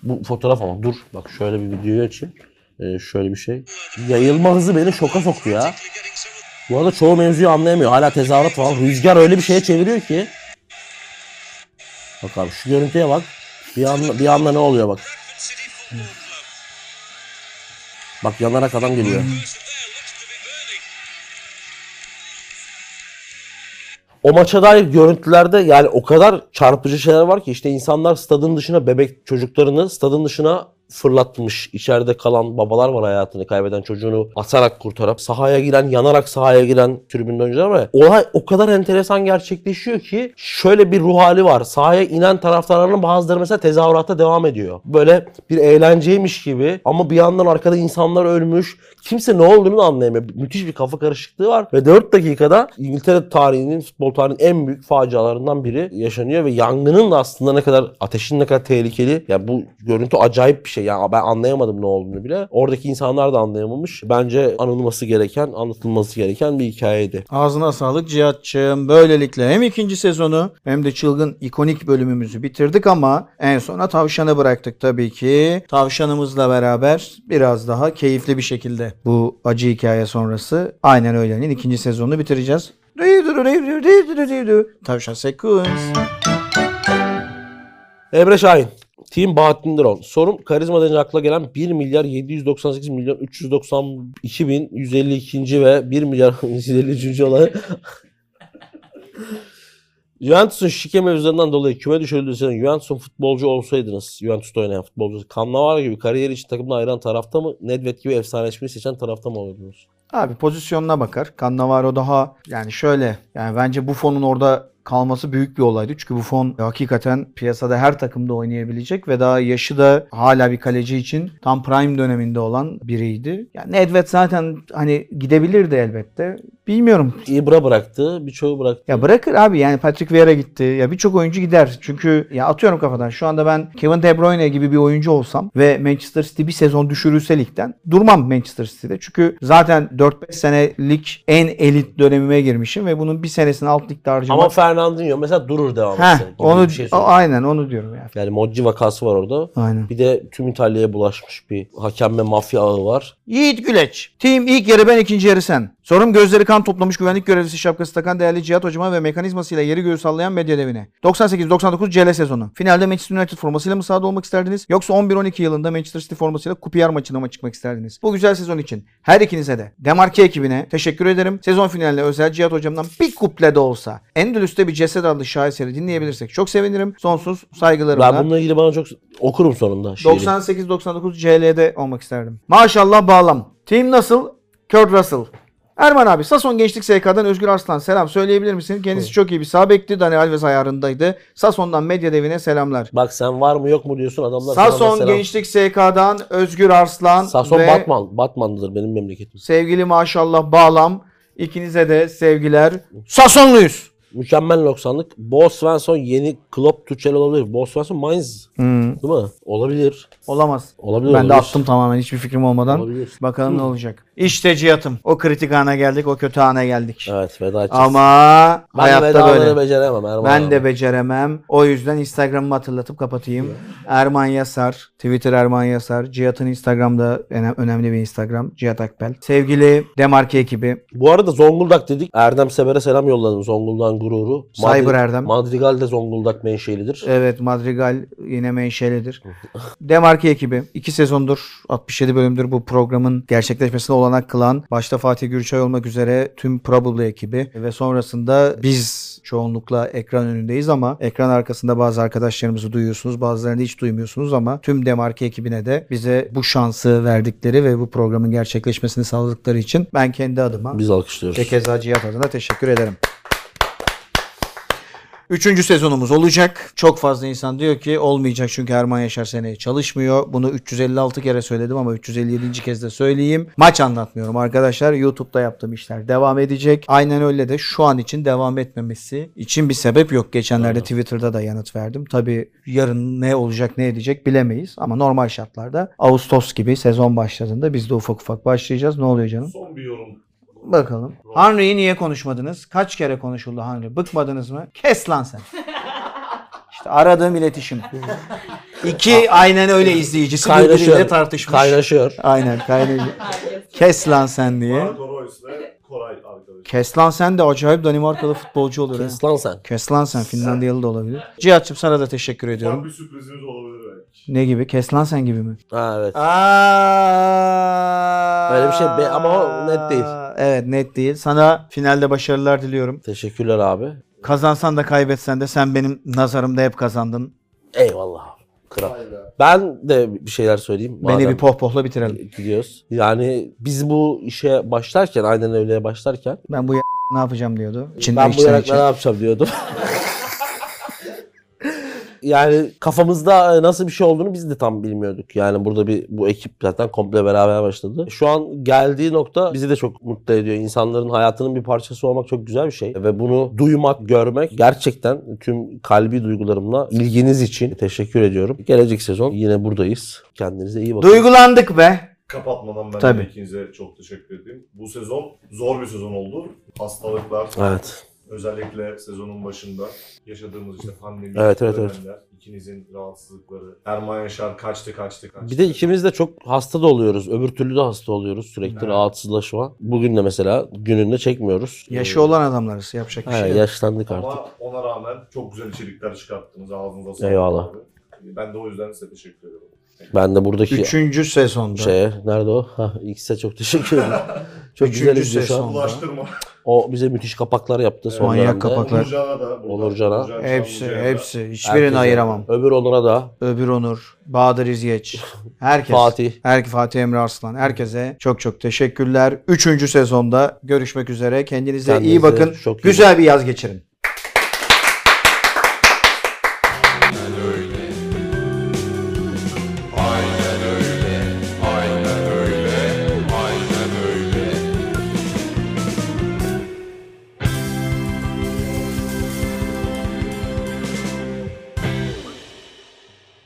Bu fotoğraf ama dur. Bak şöyle bir videoyu açayım. Ee, şöyle bir şey. Yayılma hızı beni şoka soktu ya. Bu arada çoğu mevzuyu anlayamıyor. Hala tezahürat falan. Rüzgar öyle bir şeye çeviriyor ki. Bak abi şu görüntüye bak. Bir anda, bir anda ne oluyor bak. Bak yanarak adam geliyor. O maça dair görüntülerde yani o kadar çarpıcı şeyler var ki işte insanlar stadın dışına bebek çocuklarını stadın dışına fırlatmış, içeride kalan babalar var hayatını kaybeden çocuğunu atarak kurtarıp sahaya giren, yanarak sahaya giren tribünde oyuncular var ya. Olay o kadar enteresan gerçekleşiyor ki şöyle bir ruh hali var. Sahaya inen taraftarların bazıları mesela tezahürata devam ediyor. Böyle bir eğlenceymiş gibi ama bir yandan arkada insanlar ölmüş. Kimse ne olduğunu da anlayamıyor. Müthiş bir kafa karışıklığı var ve 4 dakikada İngiltere tarihinin, futbol tarihinin en büyük facialarından biri yaşanıyor ve yangının da aslında ne kadar ateşin ne kadar tehlikeli. Ya bu görüntü acayip bir şey. Yani ben anlayamadım ne olduğunu bile. Oradaki insanlar da anlayamamış. Bence anılması gereken, anlatılması gereken bir hikayeydi. Ağzına sağlık Cihat'cığım. Böylelikle hem ikinci sezonu hem de çılgın ikonik bölümümüzü bitirdik ama en sona tavşanı bıraktık tabii ki. Tavşanımızla beraber biraz daha keyifli bir şekilde bu acı hikaye sonrası aynen öylenin ikinci sezonunu bitireceğiz. Tavşan sekans. Emre Şahin. Team Bahattin Drone. Sorum karizma denince akla gelen 1 milyar 798 milyon 392 bin 152. ve 1 milyar 153. olan Juventus'un şike mevzularından dolayı küme düşürüldüğü sene Juventus'un futbolcu olsaydınız, Juventus'ta oynayan futbolcu, Cannavaro gibi kariyeri için takımdan ayıran tarafta mı, Nedved gibi efsaneşmeyi seçen tarafta mı olurdunuz? Abi pozisyonuna bakar. Cannavaro daha yani şöyle yani bence Buffon'un orada kalması büyük bir olaydı. Çünkü Buffon hakikaten piyasada her takımda oynayabilecek ve daha yaşı da hala bir kaleci için tam prime döneminde olan biriydi. Yani Nedved zaten hani gidebilirdi elbette. Bilmiyorum. İbra bıraktı, birçoğu bıraktı. Ya bırakır abi yani Patrick Vieira gitti. Ya birçok oyuncu gider. Çünkü ya atıyorum kafadan. Şu anda ben Kevin De Bruyne gibi bir oyuncu olsam ve Manchester City bir sezon düşürülse ligden durmam Manchester City'de. Çünkü zaten 4-5 senelik en elit dönemime girmişim ve bunun bir senesini alt ligde harcamak. Ama Fernandinho mesela durur devam Heh, etsin. gibi onu bir şey o- söylüyor. aynen onu diyorum ya. yani Modci vakası var orada. Aynen. Bir de tüm İtalya'ya bulaşmış bir hakem ve mafya ağı var. Yiğit Güleç. Team ilk yarı ben ikinci yarı sen. Sorum gözleri kan toplamış güvenlik görevlisi şapkası takan değerli Cihat hocama ve mekanizmasıyla yeri göğü sallayan medya devine. 98-99 CL sezonu. Finalde Manchester United formasıyla mı sahada olmak isterdiniz? Yoksa 11-12 yılında Manchester City formasıyla kupiyar maçına mı çıkmak isterdiniz? Bu güzel sezon için her ikinize de Demarke ekibine teşekkür ederim. Sezon finaline özel Cihat hocamdan bir kuple de olsa Endülüs'te bir ceset adlı şaheseri dinleyebilirsek çok sevinirim. Sonsuz saygılarımla. Ben bununla ilgili bana çok okurum sonunda şiiri. 98-99 CL'de olmak isterdim. Maşallah bağlam. Team nasıl? Kurt Russell. Erman abi Sason Gençlik SK'dan Özgür Arslan selam söyleyebilir misin? Kendisi çok iyi bir sağ bekti. Dani Alves ayarındaydı. Sason'dan medya devine selamlar. Bak sen var mı yok mu diyorsun adamlar sana Sason mesela- Gençlik SK'dan Özgür Arslan Sason ve Batman. Batman'dır benim memleketim. sevgili maşallah bağlam. İkinize de sevgiler. Sasonluyuz. Mükemmel 90'lık. Bo Svensson yeni Klopp Tuchel olabilir. Bo Svensson Mainz Hmm, değil mi? Olabilir. olamaz. Ben Olabilir. de olabilir. attım tamamen hiçbir fikrim olmadan. Olabilir. Bakalım ne olacak. İşte Cihat'ım. O kritik ana geldik, o kötü ana geldik. Evet veda edeceğiz. Ama ben hayatta vedaları böyle. beceremem Erman Ben abi. de beceremem. O yüzden Instagram'ımı hatırlatıp kapatayım. Erman Yasar. Twitter Erman Yasar. Cihat'ın Instagram'da öne- önemli bir Instagram. Cihat Akbel. Sevgili Demarke ekibi. Bu arada Zonguldak dedik. Erdem Sever'e selam yolladım. Zonguldak'ın gururu. Cyber Madri- Erdem. Madrigal de Zonguldak menşelidir. Evet Madrigal yine menşelidir. Demarke ekibi. 2 sezondur 67 bölümdür bu programın gerçekleşmesine olanak kılan başta Fatih Gürçay olmak üzere tüm Probably ekibi ve sonrasında biz çoğunlukla ekran önündeyiz ama ekran arkasında bazı arkadaşlarımızı duyuyorsunuz bazılarını hiç duymuyorsunuz ama tüm Demarke ekibine de bize bu şansı verdikleri ve bu programın gerçekleşmesini sağladıkları için ben kendi adıma Biz alkışlıyoruz. ve keza Cihat adına teşekkür ederim. Üçüncü sezonumuz olacak. Çok fazla insan diyor ki olmayacak çünkü Erman Yaşar seneye çalışmıyor. Bunu 356 kere söyledim ama 357. kez de söyleyeyim. Maç anlatmıyorum arkadaşlar. YouTube'da yaptığım işler devam edecek. Aynen öyle de şu an için devam etmemesi için bir sebep yok. Geçenlerde Twitter'da da yanıt verdim. Tabii yarın ne olacak ne edecek bilemeyiz. Ama normal şartlarda Ağustos gibi sezon başladığında biz de ufak ufak başlayacağız. Ne oluyor canım? Son bir yorum. Bakalım. Henry'i niye konuşmadınız? Kaç kere konuşuldu Henry? Bıkmadınız mı? Kes lan sen. İşte aradığım iletişim. İki aynen öyle izleyicisi birbiriyle tartışmış. Kaynaşıyor. Aynen kaynaşıyor. Herkes- Kes lan sen diye. Marco Reus'le Koray arkadaşım. Kes lan sen de acayip Danimarkalı futbolcu olur. Kes, Kes lan sen. Kes lan sen Finlandiyalı da olabilir. Cihat'cığım sana da teşekkür Ufak ediyorum. bir sürprizimiz olabilir belki. Ne gibi? Kes lan sen gibi mi? Ha evet. Aa. Böyle bir şey be- ama o net değil. Evet net değil. Sana finalde başarılar diliyorum. Teşekkürler abi. Kazansan da kaybetsen de sen benim nazarımda hep kazandın. Eyvallah. Kral. Vay be. Ben de bir şeyler söyleyeyim. Beni madem bir pohpohla bitirelim. gidiyoruz. Yani biz bu işe başlarken, aynen öyle başlarken Ben bu y- ne yapacağım diyordu. İçinde ben bu içten içe. yarakla ne yapacağım diyordum. yani kafamızda nasıl bir şey olduğunu biz de tam bilmiyorduk. Yani burada bir bu ekip zaten komple beraber başladı. Şu an geldiği nokta bizi de çok mutlu ediyor. İnsanların hayatının bir parçası olmak çok güzel bir şey. Ve bunu duymak, görmek gerçekten tüm kalbi duygularımla ilginiz için teşekkür ediyorum. Gelecek sezon yine buradayız. Kendinize iyi bakın. Duygulandık be. Kapatmadan ben Tabii. de ikinize çok teşekkür edeyim. Bu sezon zor bir sezon oldu. Hastalıklar, Evet. özellikle sezonun başında yaşadığımız işte pandemi, Evet, evet, evet. dönemler, ikinizin rahatsızlıkları. Erman Yaşar kaçtı kaçtı kaçtı. Bir de ikimiz de çok hasta da oluyoruz. Öbür türlü de hasta oluyoruz. Sürekli Evet. rahatsızlaşma. Bugün de mesela gününde çekmiyoruz. Yaşı olan adamlarız. Yapacak bir He, şey yok. yaşlandık Ama artık. ona rağmen çok güzel içerikler çıkarttınız. Ağzınıza sağlık. Eyvallah. abi. Ee, Ben de o yüzden size teşekkür ediyorum. Ben de buradaki Üçüncü sezonda. şeye nerede o? Ha, ikisi çok teşekkür ederim. çok güzel Üçüncü izliyor şu an. sezon. Ulaştırma. O bize müthiş kapaklar yaptı Evet. son Manyak dönemde. kapak. Kapaklar. Onurcan'a da. buradan, Onurcan'a. Onurcan Hepsi, Şanlıca'ya da. hepsi. Hiçbirini Herkese. ayıramam. Öbür onlara da Öbür Onur, Bahadır İzgeç, herkes. Fatih. Her, Fatih Emre Arslan. Herkese çok çok teşekkürler. Üçüncü sezonda görüşmek üzere. Kendinize iyi Kendinize bakın. çok iyi Güzel bir yaz geçirin.